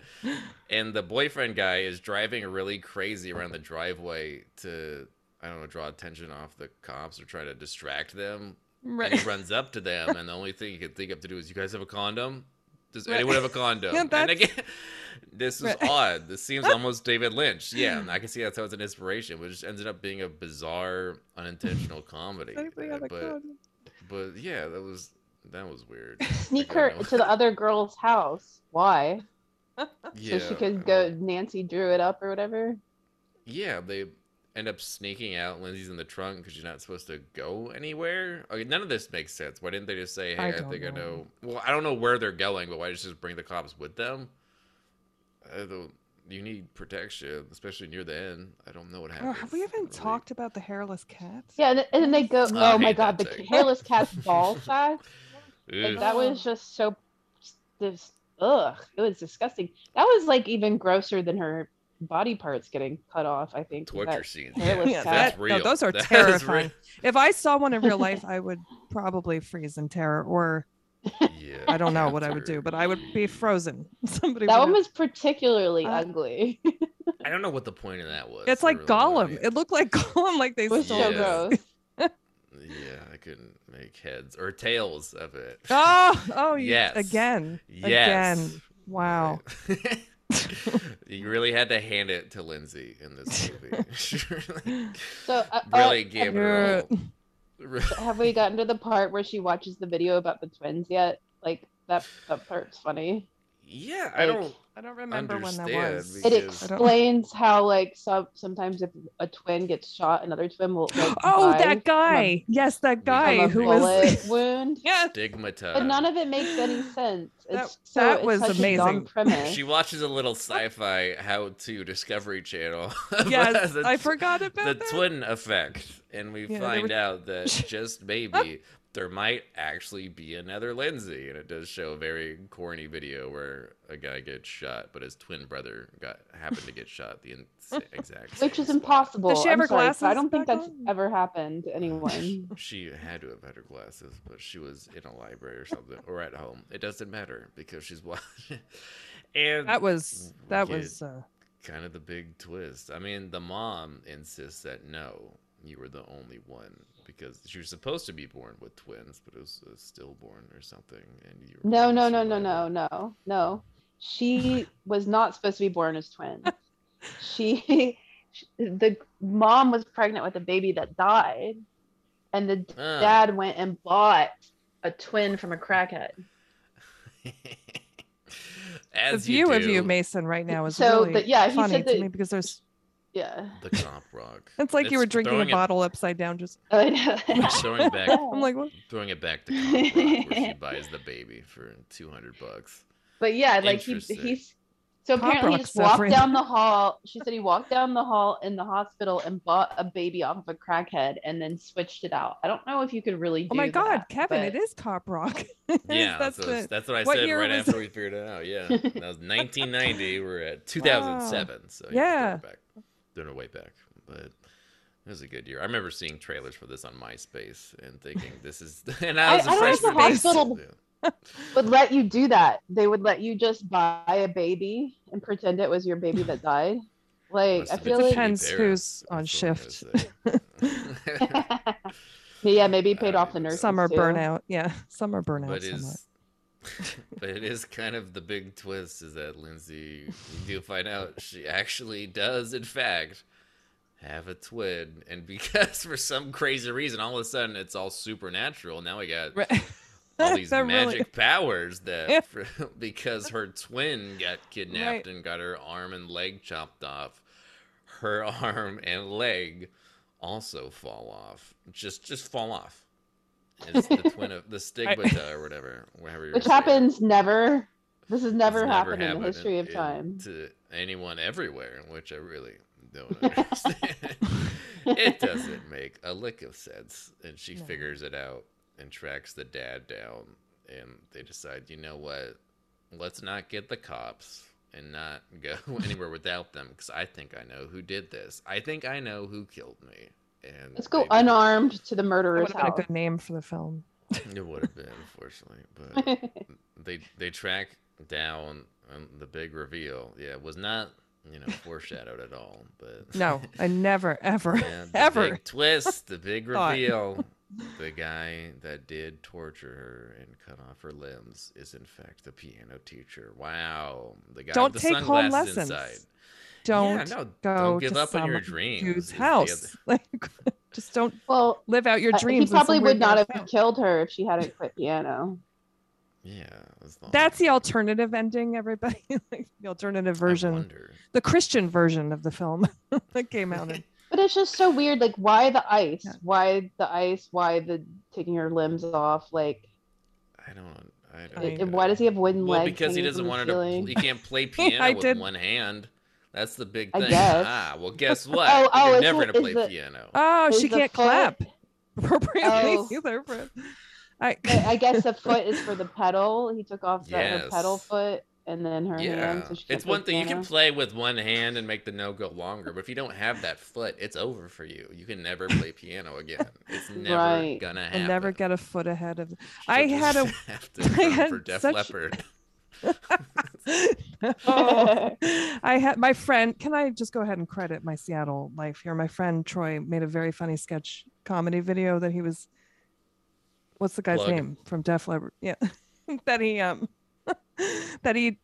S2: and the boyfriend guy is driving really crazy around the driveway to I don't know draw attention off the cops or try to distract them. And he
S3: Right.
S2: runs up to them, and the only thing he could think up to do is, "You guys have a condom? Does
S3: Right.
S2: anyone have a condom?"
S3: Yeah,
S2: and
S3: that's-
S2: again, this is
S3: Right. Mm.
S2: odd. This seems almost David Lynch. Yeah, and I can see that's how it's an inspiration, which just ended up being a bizarre, unintentional comedy.
S3: Anything
S2: Uh,
S3: on the
S2: but
S3: code.
S2: but yeah, that was that was weird.
S4: Sneak
S2: I
S4: her
S2: don't know.
S4: to the other girl's house. Why?
S2: Yeah,
S4: so she
S2: I don't
S4: could go.
S2: know.
S4: Nancy drew it up or whatever.
S2: Yeah, they end up sneaking out. Lindsay's in the trunk because she's not supposed to go anywhere. Okay, none of this makes sense. Why didn't they just say, "Hey,
S3: I
S2: I,
S3: don't
S2: think I know."
S3: know.
S2: Well, I don't know where they're going, but why just just bring the cops with them? I don't, you need protection, especially near the end. I don't know what
S3: Oh,
S2: happens.
S3: have we even
S2: Really.
S3: talked about the hairless cats?
S4: Yeah, and, th- and then they go.
S2: I
S4: Oh my
S2: hate
S4: god, the
S2: that thing.
S4: hairless cat's ball size. Like
S2: Ugh.
S4: that was just so this ugh, it was disgusting. That was like even grosser than her body parts getting cut off, I think. with
S2: torture
S4: that-
S2: scene.
S4: hairless
S2: Yeah,
S4: cat.
S2: that's
S3: That- no,
S2: real.
S3: those are
S2: That is
S3: terrifying.
S2: real.
S3: If I saw one in real life, I would probably freeze in terror, or
S2: Yeah,
S3: I don't know what I would do, but I would be
S2: torture.
S3: frozen. Somebody.
S4: That
S3: would
S4: one
S3: have-
S4: was particularly
S3: Uh,
S4: ugly.
S2: I don't know what the point of that was.
S3: It's
S2: I
S3: like
S2: really don't.
S3: Gollum. It looked like Gollum, like they
S4: it was
S3: stole.
S4: so
S2: Yeah.
S4: gross.
S2: Yeah, I couldn't make heads or tails of it.
S3: Oh, oh,
S2: Yes.
S3: yes. Again.
S2: Yes.
S3: Again. Wow.
S2: Right. you really had to hand it to Lindsay in this movie. She really-
S4: So uh, uh,
S2: really gave it her all. Re-
S4: have we gotten to the part where she watches the video about the twins yet? Like that that part's funny.
S2: Yeah, I don't
S3: I don't remember when that
S2: Understand,
S3: was.
S2: because-
S4: It
S2: Because- I
S3: don't-
S4: explains how like some sometimes if a twin gets shot, another twin will like,
S3: Oh,
S4: die from a-
S3: that guy. yes, that guy
S4: from a
S3: who
S4: bullet
S3: was.
S4: wound.
S3: yes.
S2: stigmatize.
S4: But none of it makes any sense.
S3: That-
S4: It's so,
S3: that
S4: it's
S3: was
S4: such A dumb
S3: amazing.
S4: premise.
S2: she watches a little sci-fi how-to Discovery Channel.
S3: Yes,
S2: The
S3: I
S2: tw-
S3: forgot about
S2: the
S3: that.
S2: twin effect, and we
S3: Yeah, they
S2: find
S3: were-
S2: out that just maybe there might actually be another Lindsay, and it does show a very corny video where a guy gets shot, but his twin brother got happened to get shot the ins- exact
S4: which
S2: same spot.
S4: is impossible.
S3: Does she have
S4: I'm
S3: her
S4: sorry, but I
S3: glasses
S4: don't think
S3: back
S4: that's
S3: on?
S4: ever happened to anyone.
S2: She had to have had her glasses, but she was in a library or something, or at home. It doesn't matter because she's watching. And
S3: That was that
S2: Wicked.
S3: was uh,
S2: kind of the big twist. I mean, the mom insists that no, you were the only one because she was supposed to be born with twins, but it was a stillborn or something, and you. were
S4: no,
S2: born
S4: no,
S2: a
S4: no, no, no,
S2: survivor.
S4: no, no. She was not supposed to be born as twins. She, she- the mom was pregnant with a baby that died, and the d-
S2: Ah.
S4: dad went and bought a twin from a crackhead.
S3: the
S2: As
S3: view
S2: you
S3: of you,
S2: do,
S3: Mason, right now is
S4: So,
S3: really
S4: but yeah, he
S3: funny
S4: said
S3: to
S4: that-
S3: me because there's.
S4: Yeah.
S2: the cop rock.
S3: It's like you were
S2: It's
S3: drinking a
S2: throwing it-
S3: bottle upside down. Just
S4: I know. Oh
S2: throwing back,
S3: I'm like, what?
S2: throwing it back to cop rock, where she buys the baby for two hundred bucks.
S4: But yeah, like he
S2: Interesting.
S4: he's so
S3: Pop
S4: apparently he
S3: rock's
S4: just walked
S3: suffering.
S4: down the hall. She said he walked down the hall in the hospital and bought a baby off of a crackhead and then switched it out. I don't know if you could really. Do
S3: Oh my God,
S4: that,
S3: Kevin! It
S4: but-
S3: is cop rock.
S2: Yeah, that's
S3: that's the.
S2: that's what I
S3: what
S2: said
S3: year
S2: right
S3: was-
S2: after we figured it out. Yeah, that was 1990. We're at 2007. So
S3: Yeah.
S2: doing it back, doing it way back, but it was a good year. I remember seeing trailers for this on MySpace and thinking this is. And I
S4: I-
S2: was a
S4: I don't know if
S2: freshman.
S3: the
S2: in high school,
S4: hospital-
S2: yeah.
S4: would let you do that. They would let you just buy a baby and pretend it was your baby that died. Like
S2: Must
S4: I
S2: have been
S4: feel like.
S2: cheap
S3: Depends
S2: there,
S3: who's on
S2: that's all I'm gonna say.
S4: yeah, maybe he paid
S2: I
S4: off the
S2: don't
S4: nurses.
S3: Summer
S4: too.
S3: burnout. Yeah, summer burnout.
S2: but
S3: somewhat.
S2: is but it is kind of the big twist is that Lindsay you do find out she actually does in fact have a twin and because for some crazy reason all of a sudden it's all supernatural now we got
S3: Right.
S2: all these
S3: They're really-
S2: magic powers that
S3: Yeah.
S2: because her twin got kidnapped and got her arm and leg chopped off her arm and leg also fall off just just fall off it's the twin of the stigmata or whatever whatever you're
S4: Which
S2: saying.
S4: happens never. This has never
S2: It's
S4: happened in the
S2: happened
S4: history of
S2: in-
S4: time.
S2: to anyone everywhere, which I really don't understand. it doesn't make a lick of sense, and she
S3: No.
S2: figures it out and tracks the dad down, and they decide, you know what, let's not get the cops. and not go anywhere without them because I think I know who did this. I think I know who killed me. And
S4: Let's go
S2: maybe-
S4: unarmed to the
S3: That
S4: murderer's
S3: would have been a
S4: house.
S3: good name for the film.
S2: It would have been, unfortunately, but they they track down um, the big reveal. Yeah, it was not you know foreshadowed at all, but
S3: No, I never, ever,
S2: Yeah, the
S3: ever.
S2: big twist, the big
S3: Thought.
S2: reveal. the guy that did torture her and cut off her limbs is in fact the piano teacher. Wow, the guy
S3: Don't
S2: with the
S3: take home
S2: sunglasses
S3: lessons.
S2: inside.
S3: Don't
S2: yeah, no,
S3: go
S2: don't give
S3: to
S2: up on your
S3: some
S2: dreams.
S3: dude's
S2: is the
S3: house.
S2: other-
S3: Like, just don't
S4: well,
S3: live out your
S4: uh,
S3: dreams.
S4: he
S3: in some
S4: probably
S3: weird
S4: would not
S3: man's
S4: have
S3: house.
S4: killed her if she hadn't quit piano.
S2: Yeah, as long-
S3: That's the alternative ending, everybody. like the alternative
S2: I
S3: version,
S2: wonder.
S3: the Christian version of the film that came out. in-
S4: But it's just so weird. Like, why the ice?
S3: Yeah.
S4: Why the ice? Why the taking her limbs off? Like,
S2: I don't. I don't.
S3: I mean-
S4: it- why does he have wooden
S2: Well,
S4: legs?
S2: because he
S4: hanging
S2: doesn't
S4: from the
S2: want her to.
S4: ceiling?
S2: pl- He can't play piano
S3: I
S2: with
S3: did-
S2: one hand. That's the big
S4: I
S2: thing.
S4: guess.
S2: Ah, well, guess what?
S4: Oh, oh,
S2: You're
S4: it's
S2: never
S4: what-
S2: gonna play
S4: is the-
S2: piano.
S3: Oh,
S4: Is
S3: she
S4: the
S3: can't
S4: foot-
S3: clap appropriately
S4: Oh.
S3: either. But I,
S4: I I guess the foot is for the pedal. He took off the, her
S2: Yes.
S4: pedal foot and then her hand.
S2: yeah,
S4: So she can't
S2: it's one
S4: play
S2: thing you can
S4: piano.
S2: play with one hand and make the note go longer, but if you don't have that foot, it's over for you. You can never play piano again. It's never
S4: Right.
S2: gonna happen.
S3: I'll never get a foot ahead of. I had a-
S2: have to
S3: I
S2: drum
S3: had
S2: for Def
S3: such-
S2: Leppard.
S3: I had my friend. Can I just go ahead and credit my Seattle life here? My friend Troy made a very funny sketch comedy video that he was. What's the guy's
S2: Plug.
S3: name from Def Leppard? Yeah, that he um, that he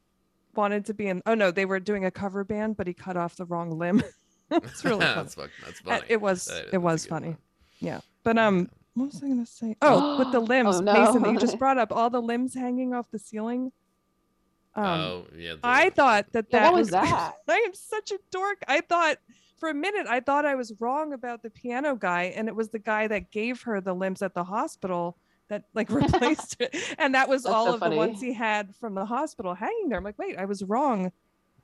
S3: wanted to be in. Oh no, they were doing a cover band, but he cut off the wrong limb. it's really funny.
S2: that's, fuck- that's
S3: Uh,
S2: funny.
S3: It was
S2: That is a
S3: it was
S2: good
S3: funny.
S2: one.
S3: But um, what was I gonna say? Oh, with the
S4: Oh,
S3: limbs, Mason, that you
S4: no.
S3: just brought up all the limbs hanging off the ceiling. Um,
S2: oh yeah. the-
S3: I thought that
S4: Yeah,
S3: that
S4: what was that?
S3: I am such a dork. I thought for a minute I thought I was wrong about the piano guy, and it was the guy that gave her the limbs at the hospital that like replaced it, and that was
S4: That's
S3: all
S4: so
S3: of
S4: funny.
S3: the ones he had from the hospital hanging there. I'm like, wait, I was wrong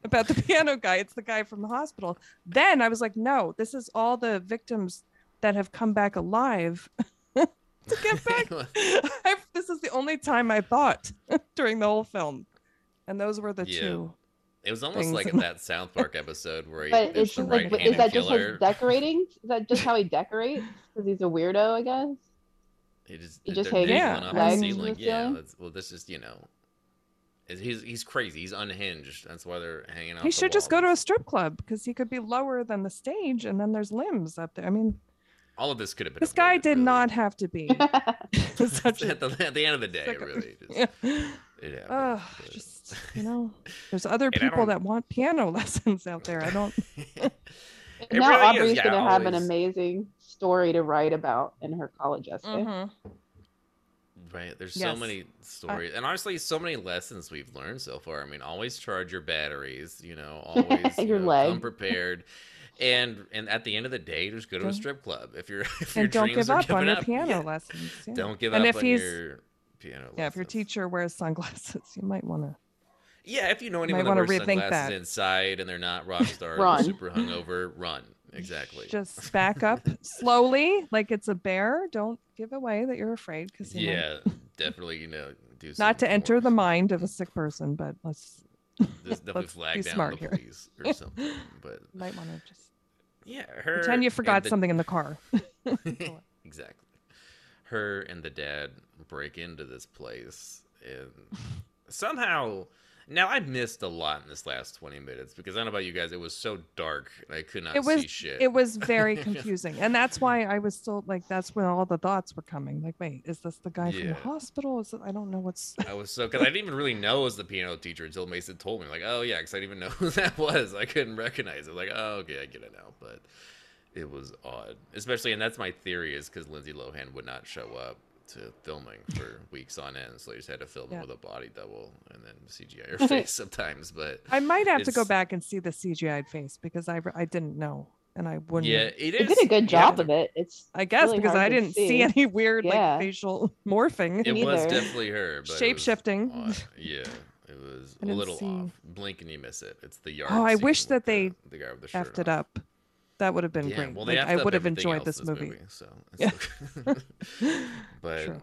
S3: about the piano guy. It's the guy from the hospital. Then I was like, no, this is all the victims that have come back alive. to get back. i this is the only time I thought during the whole film, and those were the
S2: Yeah.
S3: two.
S2: It was almost
S3: things
S2: like
S3: in
S2: in that South Park episode where he,
S4: But
S2: there's
S4: it's
S2: the
S4: just like,
S2: right
S4: is
S2: handed
S4: that just his
S2: killer.
S4: decorating? Is that just how he decorates? Because he's a weirdo, I guess.
S2: He just,
S4: he just
S2: they're
S4: hangs
S2: dangling off
S3: his
S2: the
S3: legs
S4: to the
S2: ceiling. Yeah,
S4: ceiling?
S2: that's, well, this is you know, is- he's he's crazy. He's unhinged. That's why they're hanging off.
S3: He
S2: the
S3: should just go to a
S2: walls.
S3: strip club because he could be lower than the stage, and then there's limbs up there. I mean,
S2: All of this could have been.
S3: this guy
S2: avoided,
S3: did
S2: really.
S3: not have to be such a.
S2: at, the, at the end of the day,
S3: Second-
S2: really. Just,
S3: Yeah.
S2: It happened,
S3: Ugh,
S2: but-
S3: just you know, there's other
S2: And I
S3: people
S2: don't-
S3: that want piano lessons out there. I don't. eh,
S2: It
S4: now
S2: really is,
S4: Aubrey's
S2: yeah,
S4: gonna have an
S2: always.
S4: amazing story to write about in her college essay.
S3: Mm-hmm.
S2: Mm-hmm. Right. There's
S3: Yes.
S2: so many stories. and honestly, so many lessons we've learned so far. I mean, always charge your batteries, you know, always you
S4: Your
S2: know,
S4: leg.
S2: come prepared. And and at the end of the day, just go to a
S3: Don't-
S2: strip club. If you're if your
S3: And don't
S2: dreams
S3: give
S2: are
S3: up on
S2: given
S3: your
S2: up,
S3: piano
S2: yeah.
S3: lessons. Yeah.
S2: Don't give
S3: And
S2: up
S3: if
S2: on
S3: he's-
S2: your piano
S3: Yeah, if your
S2: lessons.
S3: teacher wears sunglasses, you might want to.
S2: Yeah, if you know anyone that
S3: wanna
S2: wears
S3: rethink
S2: sunglasses
S3: that.
S2: inside and they're not rock stars or
S4: Run.
S2: super hungover, run. Exactly.
S3: Just back up slowly, like it's a bear. Don't give away that you're afraid, because
S2: yeah, definitely, you know, do
S3: not
S2: some
S3: to enter
S2: more-
S3: the mind of a sick person, but let's
S2: Just definitely
S3: Let's be
S2: flag down
S3: smart
S2: the
S3: here.
S2: police or something. But
S3: might want to just
S2: yeah, her
S3: pretend you
S2: and
S3: forgot
S2: the-
S3: something in the car.
S2: exactly. Her and the dad break into this place and somehow now I missed a lot in this last 20 minutes because I don't know about you guys it was so dark and I could not
S3: It was-
S2: see shit.
S3: It was very confusing, and that's why I was still like, that's when all the thoughts were coming. Like, wait, is this the guy from the
S2: Yeah.
S3: hospital? Is it, I don't know what's.
S2: I was so cuz I didn't even really know it was the piano teacher until Mason told me like, "Oh yeah, cuz I didn't even know who that was. I couldn't recognize it." Like, "Oh, okay, I get it now." But it was odd. Especially and that's my theory is cuz Lindsay Lohan would not show up to filming for weeks on end. So they just had to film
S3: Yeah.
S2: with a body double and then CGI her face sometimes, but
S3: I might have to go
S2: It's-
S3: back and see the CGI face because I I didn't know, and I wouldn't.
S2: Yeah, it
S4: He
S2: is.
S4: did a good
S2: you
S4: job
S2: have
S4: of it. It's
S3: I guess
S4: really
S3: because
S4: hard
S3: I
S4: to
S3: didn't see,
S4: see.
S3: any weird
S4: Yeah.
S3: like facial morphing,
S2: to- It was
S4: Neither.
S2: definitely her. But
S3: shape shifting.
S2: It was odd. yeah, it was a
S3: I didn't
S2: little
S3: see. Oh,
S2: off. Blink and you miss it. It's the yard.
S3: I
S2: scene
S3: wish
S2: with
S3: that
S2: the- the
S3: they
S2: guy with the shirt
S3: effed it
S2: off.
S3: up. That would have been
S2: yeah,
S3: great.
S2: well, they
S3: like,
S2: effed
S3: I
S2: up
S3: would have
S2: everything
S3: enjoyed
S2: else
S3: this
S2: in
S3: movie.
S2: So it's okay. but
S3: True.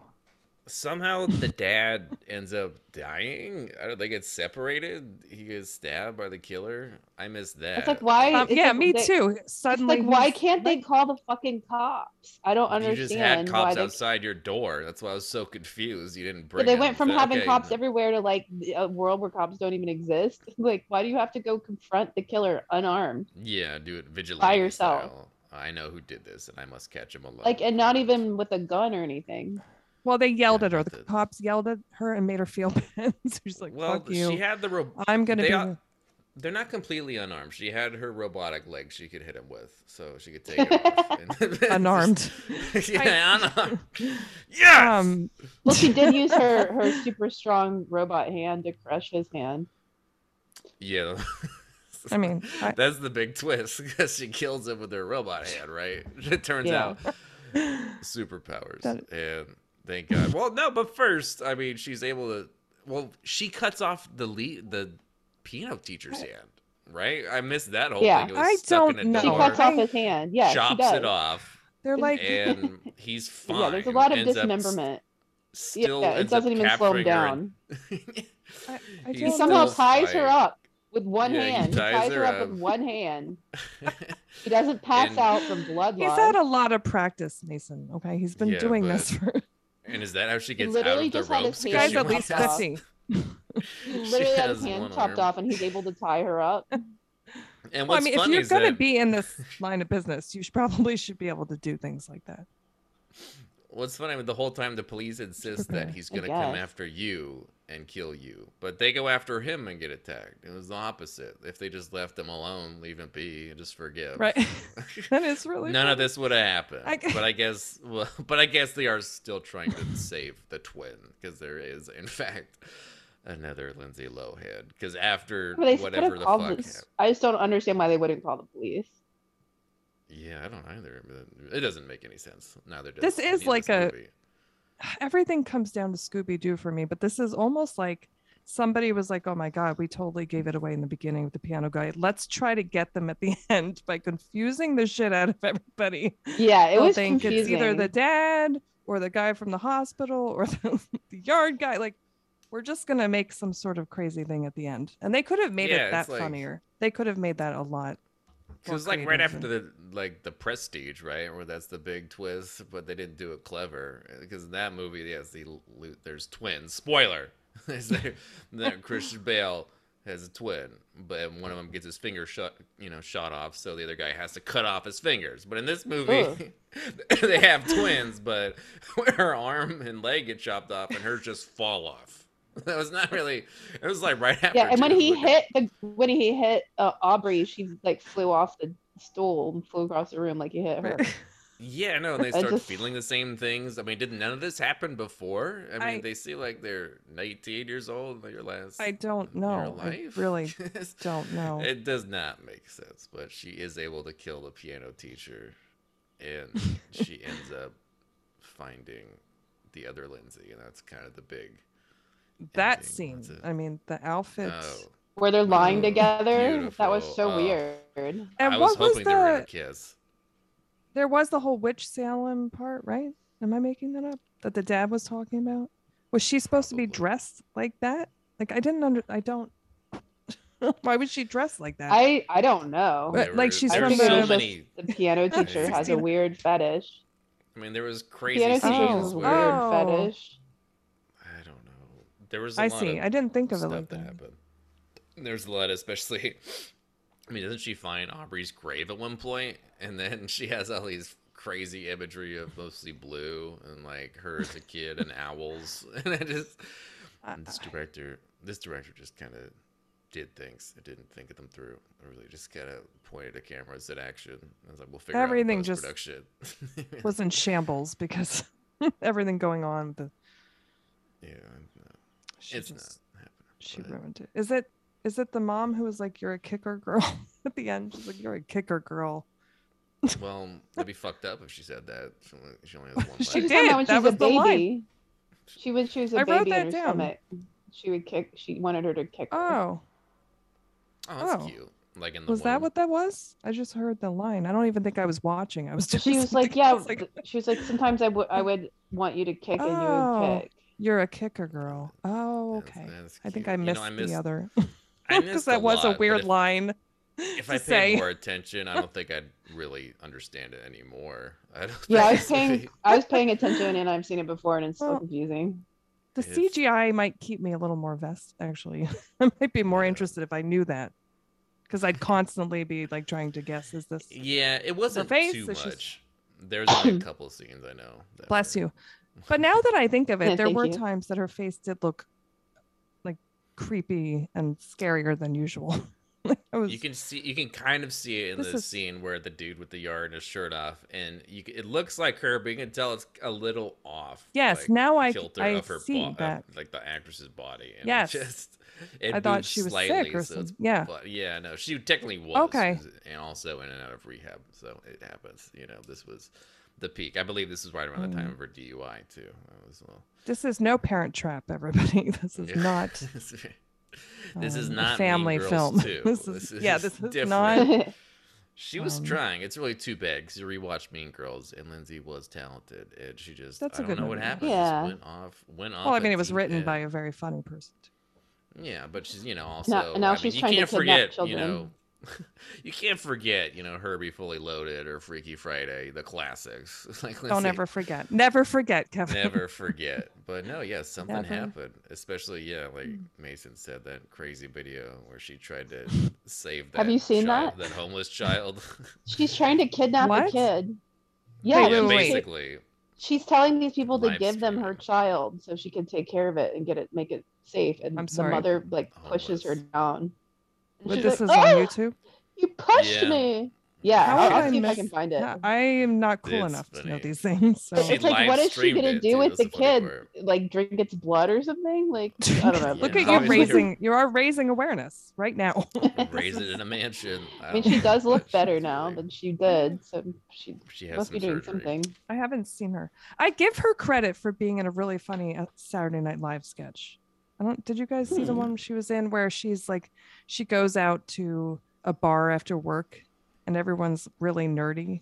S2: somehow the dad ends up dying. I don't, they get separated. He gets stabbed by the killer. I miss that.
S4: It's like why?
S3: Um,
S4: it's
S3: yeah,
S4: like
S3: me
S4: they-
S3: too.
S4: It's
S3: Suddenly,
S4: like why
S3: he's-
S4: can't they call the fucking cops? I don't
S2: You
S4: understand
S2: just had cops
S4: why they.
S2: outside your door. That's why I was so confused. You didn't
S4: But
S2: bring.
S4: they
S2: them.
S4: went from
S2: So,
S4: having
S2: okay,
S4: cops
S2: no.
S4: everywhere to like a world where cops don't even exist. Like, why do you have to go confront the killer unarmed?
S2: Yeah, do it vigilante
S4: yourself.
S2: style. I know who did this, and I must catch him alone.
S4: Like, and not even with a gun or anything.
S3: Well, they yelled
S2: Yeah,
S3: at her.
S2: not
S3: The
S2: that-
S3: cops yelled at her and made her feel bad. so she's like,
S2: well,
S3: "Fuck you."
S2: she had the ro-
S3: I'm gonna
S2: they
S3: be.
S2: are-
S3: here."
S2: They're not completely unarmed. She had her robotic leg she could hit him with, so she could take it off. and-
S3: Unarmed.
S2: yeah, unarmed. Yes.
S3: Um,
S4: Well, she did use her her super strong robot hand to crush his hand.
S2: yeah.
S3: I mean, I-
S2: that's the big twist because she kills him with her robot hand, right? It turns
S4: Yeah.
S2: out superpowers,
S3: That-
S2: and thank God. Well, no, but first, I mean, she's able to. Well, she cuts off the lead, the piano teacher's hand, right? I missed that whole
S4: Yeah.
S2: thing. It was
S3: I
S2: stuck
S3: don't
S2: in a
S3: know.
S4: She
S2: door,
S4: cuts off
S3: I-
S4: his hand. Yeah, she
S2: chops
S4: does.
S2: it off.
S3: they're like,
S2: and he's fine.
S4: yeah, there's a lot of
S2: ends up
S4: dismemberment.
S2: s-
S4: Yeah,
S2: Still
S4: it
S2: ends up
S4: doesn't even slow him
S2: capturing her
S4: down.
S2: and-
S3: I- I
S2: He's
S3: don't
S4: He
S3: know.
S4: somehow
S2: still
S4: ties her
S2: fighting.
S4: up with one
S2: Yeah, he
S4: hand. He
S2: ties
S4: ties,
S2: her
S4: her up,
S2: up.
S4: with one hand. He doesn't pass
S2: And-
S4: out from blood
S3: he's
S4: loss.
S3: had a lot of practice, Mason. Okay, he's been
S2: Yeah,
S3: doing this for.
S2: And is that how she
S4: He
S2: gets out
S4: literally
S2: of the
S4: just had his
S2: ropes? 'Cause
S4: hand
S2: she wants
S3: Guys, at least
S4: chopped
S2: to-
S4: off.
S3: let's see.
S4: He
S2: She
S4: literally had his
S2: has
S4: hand
S2: one
S4: chopped
S2: arm.
S4: off, and he's able to tie her up.
S2: And
S3: Well, I
S2: what's
S3: mean, if
S2: funny
S3: you're
S2: is
S3: gonna
S2: that
S3: be in this line of business, you should probably should be able to do things like that.
S2: what's funny with the whole time the police insist that
S3: Okay,
S2: he's
S4: I
S2: gonna come
S4: guess.
S2: after you and kill you, but they go after him and get attacked. It was the opposite. If they just left him alone, leave him be, and just forgive.
S3: Right? that is really.
S2: None of this would have happened.
S3: I g-
S2: but I guess, well, but I guess they are still trying to save the twin because there is, in fact, another Lindsay Lohan. Because after
S4: But they could
S2: whatever
S4: have
S2: the
S4: called
S2: fuck,
S4: this.
S2: hap-
S4: I just don't understand why they wouldn't call the police.
S2: yeah, I don't either. but It doesn't make any sense. Neither does
S3: This
S2: any
S3: is
S2: of
S3: like a-
S2: movie.
S3: everything comes down to Scooby Doo for me, but this is almost like somebody was like, "Oh my god, we totally gave it away in the beginning with the piano guy. Let's try to get them at the end by confusing the shit out of everybody."
S4: Yeah, it
S3: They'll
S4: was
S3: think
S4: confusing.
S3: it's either the dad or the guy from the hospital or the, the yard guy. Like, we're just gonna make some sort of crazy thing at the end, and they could have made
S2: Yeah,
S3: it
S2: it's
S3: that
S2: like-
S3: funnier. They could have made that a lot. more
S2: Because like right
S3: creative
S2: after
S3: and-
S2: the like the Prestige, right, where that's the big twist, but they didn't do it clever. Because in that movie, yes, the lo- there's twins. Spoiler: Is there- that Christian Bale has a twin, but one of them gets his finger shot, you know, shot off, so the other guy has to cut off his fingers. But in this movie, they have twins, but her arm and leg get chopped off, and hers just fall off. That was not really. It was like right after.
S4: yeah, and when
S2: James
S4: he
S2: Woods-
S4: hit the when he hit uh, Aubrey, she like flew off the stool and flew across the room like you hit her.
S3: Right.
S2: Yeah, no, and they
S4: I
S2: start
S4: just-
S2: feeling the same things. I mean, did none of this happen before? I mean,
S3: I-
S2: they see like they're 19 years old in your last
S3: I don't
S2: Your
S3: know. I
S2: life?
S3: really don't know.
S2: It does not make sense, but she is able to kill the piano teacher and she ends up finding the other Lindsay, and that's kind of the big
S3: that
S2: ending.
S3: scene.
S2: That's it.
S3: I mean, the outfits.
S2: Oh,
S4: Where they're lying
S2: Oh,
S4: together. That was
S2: beautiful.
S4: so
S2: Oh.
S4: weird.
S3: And
S2: I was
S3: what was,
S2: hoping
S3: the?
S2: they were gonna kiss.
S3: There was the whole witch Salem part, right? Am I making that up? That the dad was talking about. Was she supposed to be
S2: Probably.
S3: dressed like that? Like I didn't under. I don't. Why was she dressed like that?
S4: I I don't know.
S3: But,
S2: There
S3: like,
S2: were-
S3: she's
S2: there were
S4: from
S2: so
S4: the-
S2: many.
S4: The piano teacher has a
S3: Sixteen.
S4: weird fetish.
S2: I mean, there was crazy
S4: Piano
S2: scenes
S4: teacher has a
S3: Oh,
S2: where
S4: weird
S3: oh.
S4: fetish.
S2: I don't know. There was. I
S3: I see. I didn't think of it like
S2: that
S3: that.
S2: happened. There's a lot, especially. I mean, doesn't she find Aubrey's grave at one point, and then she has all these crazy imagery of mostly blue and like her as a kid and owls, and I just
S3: I-
S2: and this director, this director just kind of did things. I didn't think of them through. I really just kind of pointed at cameras at action. I was like, we'll figure
S3: Everything
S2: out
S3: just
S2: production.
S3: I was in shambles because everything going on. with The
S2: yeah, no,
S3: she
S2: it's
S3: just-
S2: not happening.
S3: She
S2: but-
S3: ruined it. Is it? Is it the mom who was like, "You're a kicker girl"? At the end, she's like, "You're a kicker girl."
S2: Well, that'd be fucked up if she said that. She only, she only has one.
S3: She
S2: leg.
S4: was talking
S3: did.
S4: about when she
S3: That
S4: was a
S3: was the line.
S4: baby. She was she was a
S3: I wrote
S4: baby in
S3: that
S4: her
S3: down.
S4: stomach. She would kick. She wanted her to kick. her.
S3: Oh,
S2: Oh, that's
S3: Oh.
S2: cute. Like in the
S3: Was that
S2: womb.
S3: what that was? I just heard the line. I don't even think I was watching. I was just.
S4: she was like,
S3: I
S4: yeah.
S3: was like,
S4: th- she was like, sometimes I would I would want you to kick and you
S3: Oh.
S4: would kick.
S3: You're a kicker girl. Oh,
S2: That's-
S3: okay.
S2: that's
S3: I think
S2: cute.
S3: I
S2: You know,
S3: missed
S2: missed-
S3: the other
S2: I missed
S3: because that
S2: a
S3: was
S2: lot,
S3: a
S2: but
S3: weird
S2: if-
S3: line.
S2: If
S3: to
S2: I paid
S3: say.
S2: more attention, I don't think I'd really understand it anymore. I don't
S4: Yeah, I
S2: think
S4: was paying I was paying attention and I've seen it before and it's so
S3: Well,
S4: confusing.
S3: The
S2: It's-
S3: CGI might keep me a little more vest. Actually, I might be more
S2: Yeah.
S3: interested if I knew that, because I'd constantly be like trying to guess. Is this?
S2: Yeah, it wasn't
S3: face,
S2: too
S3: it's just-
S2: much. There's only a couple scenes I know. that
S3: Bless
S2: were-
S3: you. But now that I think of
S4: Yeah,
S3: it, there
S4: thank
S3: were
S4: you.
S3: times that her face did look like creepy and scarier than usual. Like, I was,
S2: You can see, you can kind of see it in
S3: This
S2: the
S3: is-
S2: scene where the dude with the yard and his shirt off, and you, c- it looks like her, but you can tell it's a little off.
S3: yes,
S2: like,
S3: now I,
S2: kilter
S3: I
S2: of her
S3: see
S2: bo- of,
S3: that.
S2: like the actress's body. And
S3: Yes.
S2: it just it
S3: I thought
S2: moves
S3: she was
S2: slightly,
S3: sick or
S2: so it's
S3: something. Yeah.
S2: But yeah, no, she technically was.
S3: Okay.
S2: is- And also in and out of rehab, so it happens. You know, this was the peak. I believe this is right around the time
S3: Mm.
S2: of her DUI too. That was well.
S3: This is no parent trap, everybody. This is
S2: yeah.
S3: not
S2: this is
S3: um, a
S2: not
S3: family film. This is- yeah, this is not-
S2: She was
S3: Um,
S2: trying. It's really too bad because you rewatched Mean Girls, and Lindsay was talented, and she just
S3: That's
S2: I
S3: a
S2: don't
S3: good
S2: know what
S3: movie.
S2: happened. Just
S4: Yeah.
S2: went off. Went off.
S3: well, I
S2: a
S3: mean, it was
S2: deep
S3: written
S2: end.
S3: by a very funny person.
S2: Yeah, but she's you know also
S4: and now
S2: I mean,
S4: she's
S2: you
S4: trying to
S2: can't
S4: kidnap
S2: forget you know
S4: children.
S2: you can't forget you know Herbie Fully Loaded or Freaky Friday the classics. like
S3: Don't
S2: Lindsay,
S3: ever forget. Never forget, Kevin.
S2: never forget. But no, yeah, something
S3: Never.
S2: happened. Especially yeah, like
S4: Hmm.
S3: Mm.
S2: Mason said that crazy video where she tried to save that.
S4: Have you seen
S2: child-
S4: that?
S2: that homeless child?
S4: She's trying to kidnap
S3: What?
S4: a kid.
S3: Wait,
S4: Yeah,
S3: wait,
S2: yeah,
S4: she's-
S3: wait.
S2: basically.
S4: she's telling these people to
S2: Live
S4: give them her
S2: streaming.
S4: child so she can take care of it and get it make it safe and
S3: I'm
S4: the
S3: sorry.
S4: mother like
S2: Oh,
S4: pushes her
S2: Homeless.
S4: down And
S3: But
S4: she's
S3: this is
S4: like,
S3: on
S4: "Ah,
S3: YouTube.
S4: you pushed
S2: Yeah.
S4: me yeah
S3: How
S4: I'll,
S3: did
S4: I'll
S3: I
S4: see if i
S3: miss-
S4: can find it
S3: Yeah, I am not cool
S2: It's
S3: enough to know
S2: funny.
S3: these things. So
S4: But
S2: She
S4: it's like what is she
S2: live-streamed
S4: gonna
S2: it,
S4: do
S2: too.
S4: with
S2: That's
S4: the
S2: the funny
S4: kid
S2: part.
S4: like drink its blood or something like i don't know
S3: look
S2: Yeah,
S3: at
S2: obviously
S3: you
S2: you're-
S3: raising. You are raising awareness right now.
S2: raise it in a mansion.
S4: i mean she does look better
S2: She's
S4: now
S2: really-
S4: than she did so she
S2: she has
S4: must
S2: some
S4: be doing
S2: surgery.
S4: something
S3: I haven't seen her. I give her credit for being in a really funny uh, Saturday Night Live sketch. I don't. Did you guys see the
S2: Hmm.
S3: one she was in where she's like, she goes out to a bar after work, and everyone's really nerdy,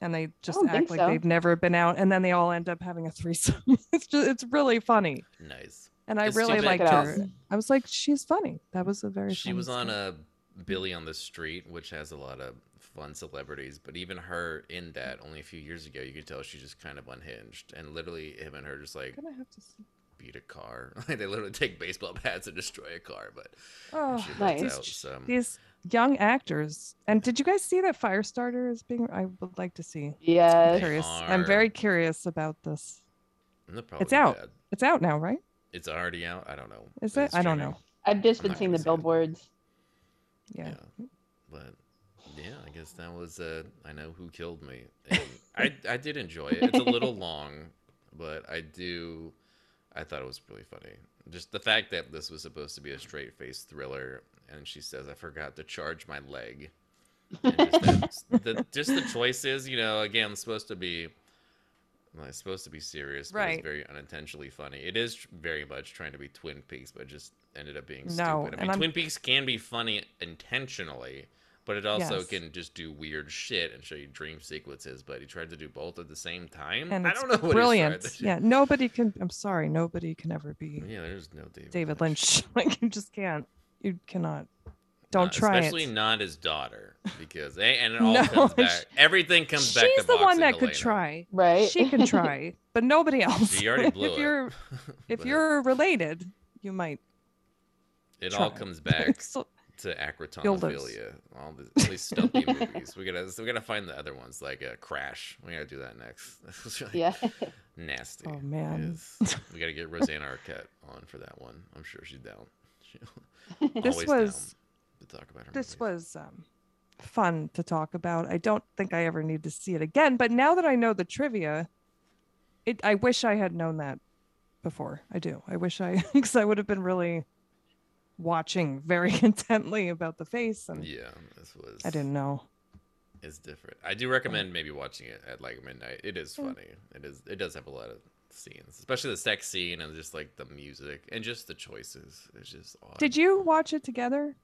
S3: and they just
S4: don't
S3: act
S4: think
S3: like
S4: so.
S3: they've never been out, and then they all end up having a threesome. it's just, it's really funny,
S2: Nice.
S3: and I
S2: It's too
S3: really
S2: bad
S3: liked
S4: Check it out.
S3: her. I was like, she's funny. That was a very.
S2: She
S3: funny
S2: was on
S3: sketch.
S2: a Billy on the Street, which has a lot of fun celebrities, but even her in that only a few years ago, you could tell she's just kind of unhinged. And literally, him and her just like
S3: Gonna have to see.
S2: beat a car. Like they literally take baseball bats and destroy a car, but
S3: Oh,
S2: she lets
S4: nice.
S2: out some.
S3: these young actors. And did you guys see that Firestarter is being? I would like to see. I'm
S4: yes
S3: curious. I'm very
S2: are.
S3: curious about this.
S2: They're probably
S3: It's out.
S2: bad.
S3: It's out now, right?
S2: It's already out. I don't know.
S3: Is it? I don't know.
S4: i've just
S2: I'm
S4: been
S2: not
S4: seeing
S2: gonna
S4: the
S2: say it.
S4: billboards
S3: Yeah.
S2: But yeah, I guess that was uh I know who killed me. And I I did enjoy it. It's a little long, but I do I thought it was really funny. Just the fact that this was supposed to be a straight face thriller and she says I forgot to charge my leg. And just, that, the, just the choices, you know, again, supposed to be well, it's supposed to be serious, but
S3: Right.
S2: it's very unintentionally funny. It is tr- very much trying to be Twin Peaks, but just ended up being
S3: No,
S2: stupid.
S3: and
S2: I mean,
S3: I'm-
S2: Twin Peaks can be funny intentionally, but it also
S3: Yes.
S2: can just do weird shit and show you dream sequences. But he tried to do both at the same time.
S3: And
S2: I
S3: it's
S2: don't know what
S3: brilliant.
S2: He
S3: yeah.
S2: tried to do.
S3: Nobody can. I'm sorry. Nobody can ever be
S2: yeah. There's no David,
S3: David Lynch. like you just can't. You cannot. Don't
S2: Not-
S3: try
S2: especially
S3: it.
S2: not his daughter, because eh, and it all
S3: No,
S2: comes
S3: she-
S2: back. Everything comes
S3: She's
S2: back. to
S3: the one
S2: boxing
S3: that could
S2: Elena.
S3: try.
S4: right
S3: She can try, but nobody else.
S2: She already blew
S3: if
S2: it.
S3: you're if
S2: But
S3: you're related, you might.
S2: it all
S3: try.
S2: comes back
S3: So-
S2: to
S3: You'll lose.
S2: acrotonophilia. All the all these stumpy movies. We gotta so we gotta find the other ones like uh, Crash. We gotta do that next. It's really
S4: yeah
S2: Nasty.
S3: oh
S2: It
S3: man.
S2: is. we gotta get Roseanne Arquette on for that one. I'm sure she's down. She'll
S3: This
S2: always
S3: was-
S2: down to talk about her.
S3: this
S2: movies.
S3: was um, fun to talk about. I don't think I ever need to see it again, but now that I know the trivia, it I wish I had known that before. I do. I wish I because I would have been really watching very intently about the face, and
S2: yeah. This was.
S3: I didn't know.
S2: It's different. I do recommend maybe watching it at like midnight. It is funny. It is. It does have a lot of scenes, especially the sex scene and just like the music and just the choices. It's just. Odd.
S3: Did you watch it together?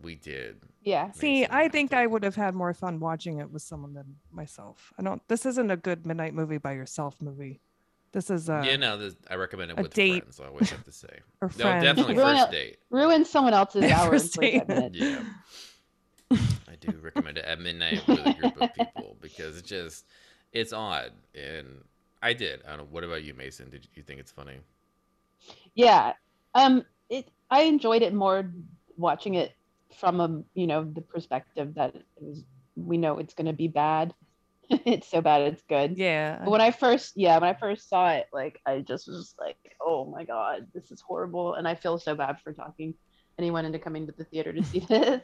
S2: We did.
S4: Yeah.
S3: See,
S2: Mason
S3: I think
S2: Mantle.
S3: I would have had more fun watching it with someone than myself. I don't. This isn't a good midnight movie by yourself movie. This is uh, a
S2: yeah, no, this, I recommend it
S3: a
S2: with
S3: date.
S2: friends. I always have to say.
S3: or
S2: no,
S3: friend.
S2: definitely
S4: Ruin
S2: first
S4: it.
S2: date.
S4: Ruin someone else's hour and
S3: First
S4: 45
S3: date.
S4: minutes.
S2: Yeah. I do recommend it at midnight with a group of people because it's just it's odd and I did. I don't know. What about you, Mason? Did you think it's funny?
S4: yeah um it i enjoyed it more watching it from a you know the perspective that it was we know it's going to be bad it's so bad it's good
S3: Yeah.
S4: But when i first yeah when i first saw it like i just was just like oh my god this is horrible and i feel so bad for talking anyone into coming to the theater to see this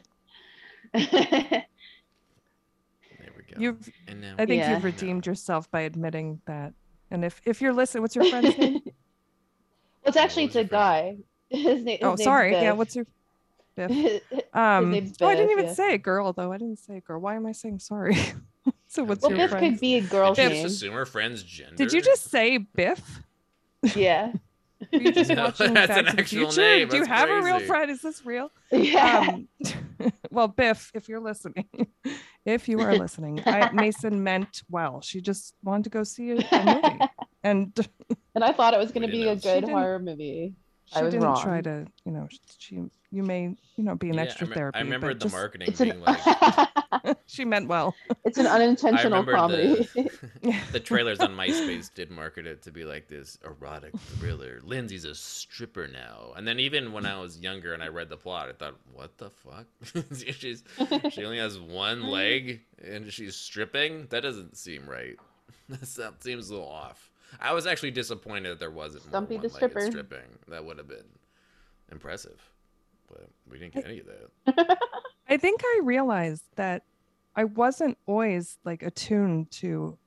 S2: There we go.
S3: You've.
S2: and now
S3: I think
S4: Yeah.
S3: you've redeemed yourself by admitting that. And if if you're listening, what's your friend's name?
S4: it's actually
S2: was
S4: it's a
S2: your
S4: guy his name
S3: oh, sorry. Yeah. What's your? Biff. Um.
S4: name's
S3: oh, I didn't
S4: Biff,
S3: even
S4: yeah.
S3: say girl though. I didn't say girl. Why am I saying sorry? so what's
S4: well
S3: your
S4: biff
S3: friend's?
S4: could be a girl's
S2: Did you just
S4: name
S2: assume her friend's gender?
S3: Did you just say Biff?
S4: yeah
S3: Were you just
S2: No,
S3: watching
S2: that's
S3: Back
S2: an
S3: to the
S2: actual
S3: Future?
S2: name.
S3: Do you
S2: That's
S3: have a real
S2: crazy.
S3: friend? Is this real?
S4: yeah
S3: Um, well, Biff, if you're listening, if you are listening, I, Mason meant well. She just wanted to go see a, a movie, and she
S4: And I thought it was going to
S2: We didn't
S4: be a
S2: know. She
S4: good
S3: didn't-
S4: horror movie. I was
S3: didn't
S4: wrong.
S3: try to, you know, she you may you know be an
S2: Yeah,
S3: extra
S2: I remem-
S3: therapy.
S2: I remember
S3: but
S2: the
S3: just-
S2: marketing
S4: It's
S2: being
S4: an
S2: like
S3: She meant well.
S4: it's an
S2: I
S4: unintentional
S2: remember
S4: comedy.
S2: the, the trailers on MySpace did market it to be like this erotic thriller. Lindsay's a stripper now. And then even when I was younger and I read the plot, I thought, what the fuck? she's she only has
S3: Mm-hmm.
S2: one leg and she's stripping? That doesn't seem right. that seems a little off. I was actually disappointed that there wasn't
S4: Stumpy
S2: more
S4: the
S2: one-legged
S4: stripper.
S2: stripping. That would have been impressive. But we didn't get any of that.
S3: I think I realized that I wasn't always like attuned to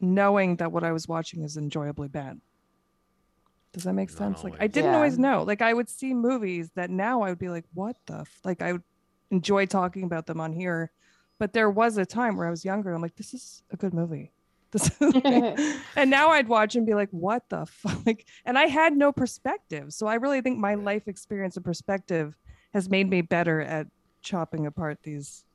S3: knowing that what I was watching is enjoyably bad. Does that make
S2: Not
S3: sense? Like I
S2: always.
S3: didn't
S4: Yeah.
S3: always know. Like I would see movies that now I would be like, what the f-? like I would enjoy talking about them on here. But there was a time where I was younger. and I'm like, this is a good movie. This is and now I'd watch and be like, what the fuck? Like, and I had no perspective. So I really think my
S2: Right.
S3: life experience and perspective has made me better at chopping apart these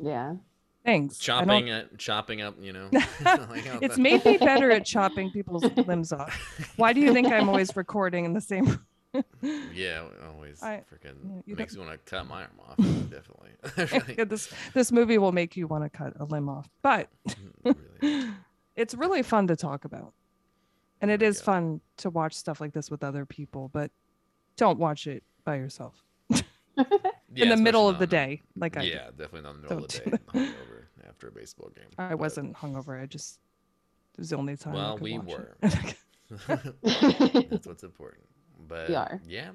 S4: yeah.
S3: things. I don't-
S2: Chopping it, chopping up, you know. Like, oh,
S3: it's
S2: that-
S3: made me better at chopping people's limbs off. Why do you think I'm always recording in the same
S2: Yeah, it always
S3: I-
S2: freaking
S3: you
S2: makes me want to cut my arm off. Definitely.
S3: Yeah, this this movie will make you want to cut a limb off. But
S2: Really.
S3: it's really fun to talk about. And it
S2: Yeah.
S3: is fun to watch stuff like this with other people, but don't watch it by yourself.
S2: Yeah,
S3: in the
S2: especially
S3: middle of
S2: not
S3: the
S2: in the-
S3: day, like I did.
S2: yeah, definitely not in the middle of the day.
S3: Don't do
S2: and Hungover after a baseball game.
S3: I
S2: but-
S3: wasn't hungover. I just it was the only time. I
S2: Well,
S3: could
S2: we
S3: watch it.
S2: were.
S4: Thank
S2: That's what's important. But
S4: We are.
S2: Yeah.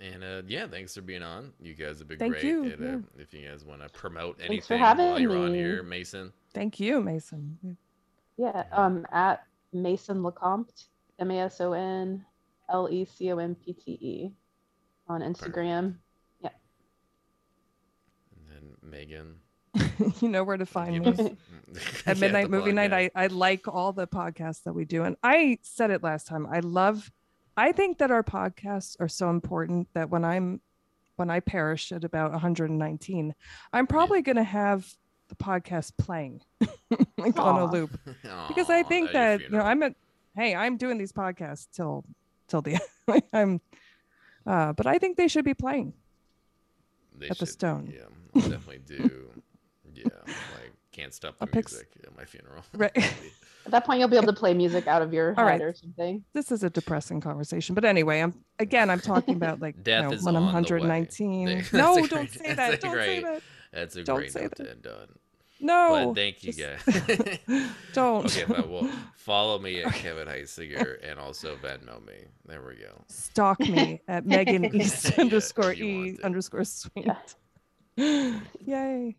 S2: And uh, yeah, thanks for being on. You guys have been
S3: Thank
S2: great.
S3: you,
S2: And, uh,
S3: yeah.
S2: If you guys want to promote
S4: Thanks for
S2: anything while
S4: having
S2: you're on
S4: me.
S2: here, Mason.
S3: Thank you, Mason.
S4: Yeah. Um at Mason Lecompte, M A S O N L E C O M P T E on Instagram.
S2: And then Megan.
S3: you know where to find
S2: give
S3: me.
S2: us-
S3: At
S2: Yeah,
S3: midnight
S2: the
S3: movie night,
S2: podcast.
S3: I, I like all the podcasts that we do. And I said it last time. I love I think that our podcasts are so important that when I'm when I perish at about 119, I'm probably gonna have the podcast playing like on a
S4: Aw.
S3: loop. because I
S2: Aw, at
S3: think
S2: your
S3: that you know
S2: funeral.
S3: I'm at hey I'm doing these podcasts till till the I'm uh but I think they should be playing
S2: They
S3: at the
S2: should-
S3: Stone.
S2: Yeah, I'll definitely do. Yeah, like can't stop the
S3: I'll pick s-
S2: music at my funeral.
S3: Right.
S4: At that point you'll be able to play music out of your head
S3: All right.
S4: or something.
S3: this is a depressing conversation but anyway I'm again I'm talking about like you
S2: Death
S3: know,
S2: is
S3: when I'm
S2: on the way.
S3: 119
S2: There- that's a
S3: no
S2: great-
S3: don't say
S2: that's a
S3: that don't say
S2: great-
S3: that
S2: That's a
S3: Don't
S2: great
S3: say
S2: note
S3: that.
S2: to end on.
S3: no
S2: but thank you
S3: just-
S2: guys.
S3: don't
S2: okay, but well, follow me at Kevin Heisinger and also Venmo me. There we go.
S3: stalk me at Megan East
S2: Yeah,
S3: underscore
S2: if you
S3: E
S2: want to.
S3: underscore sweet yay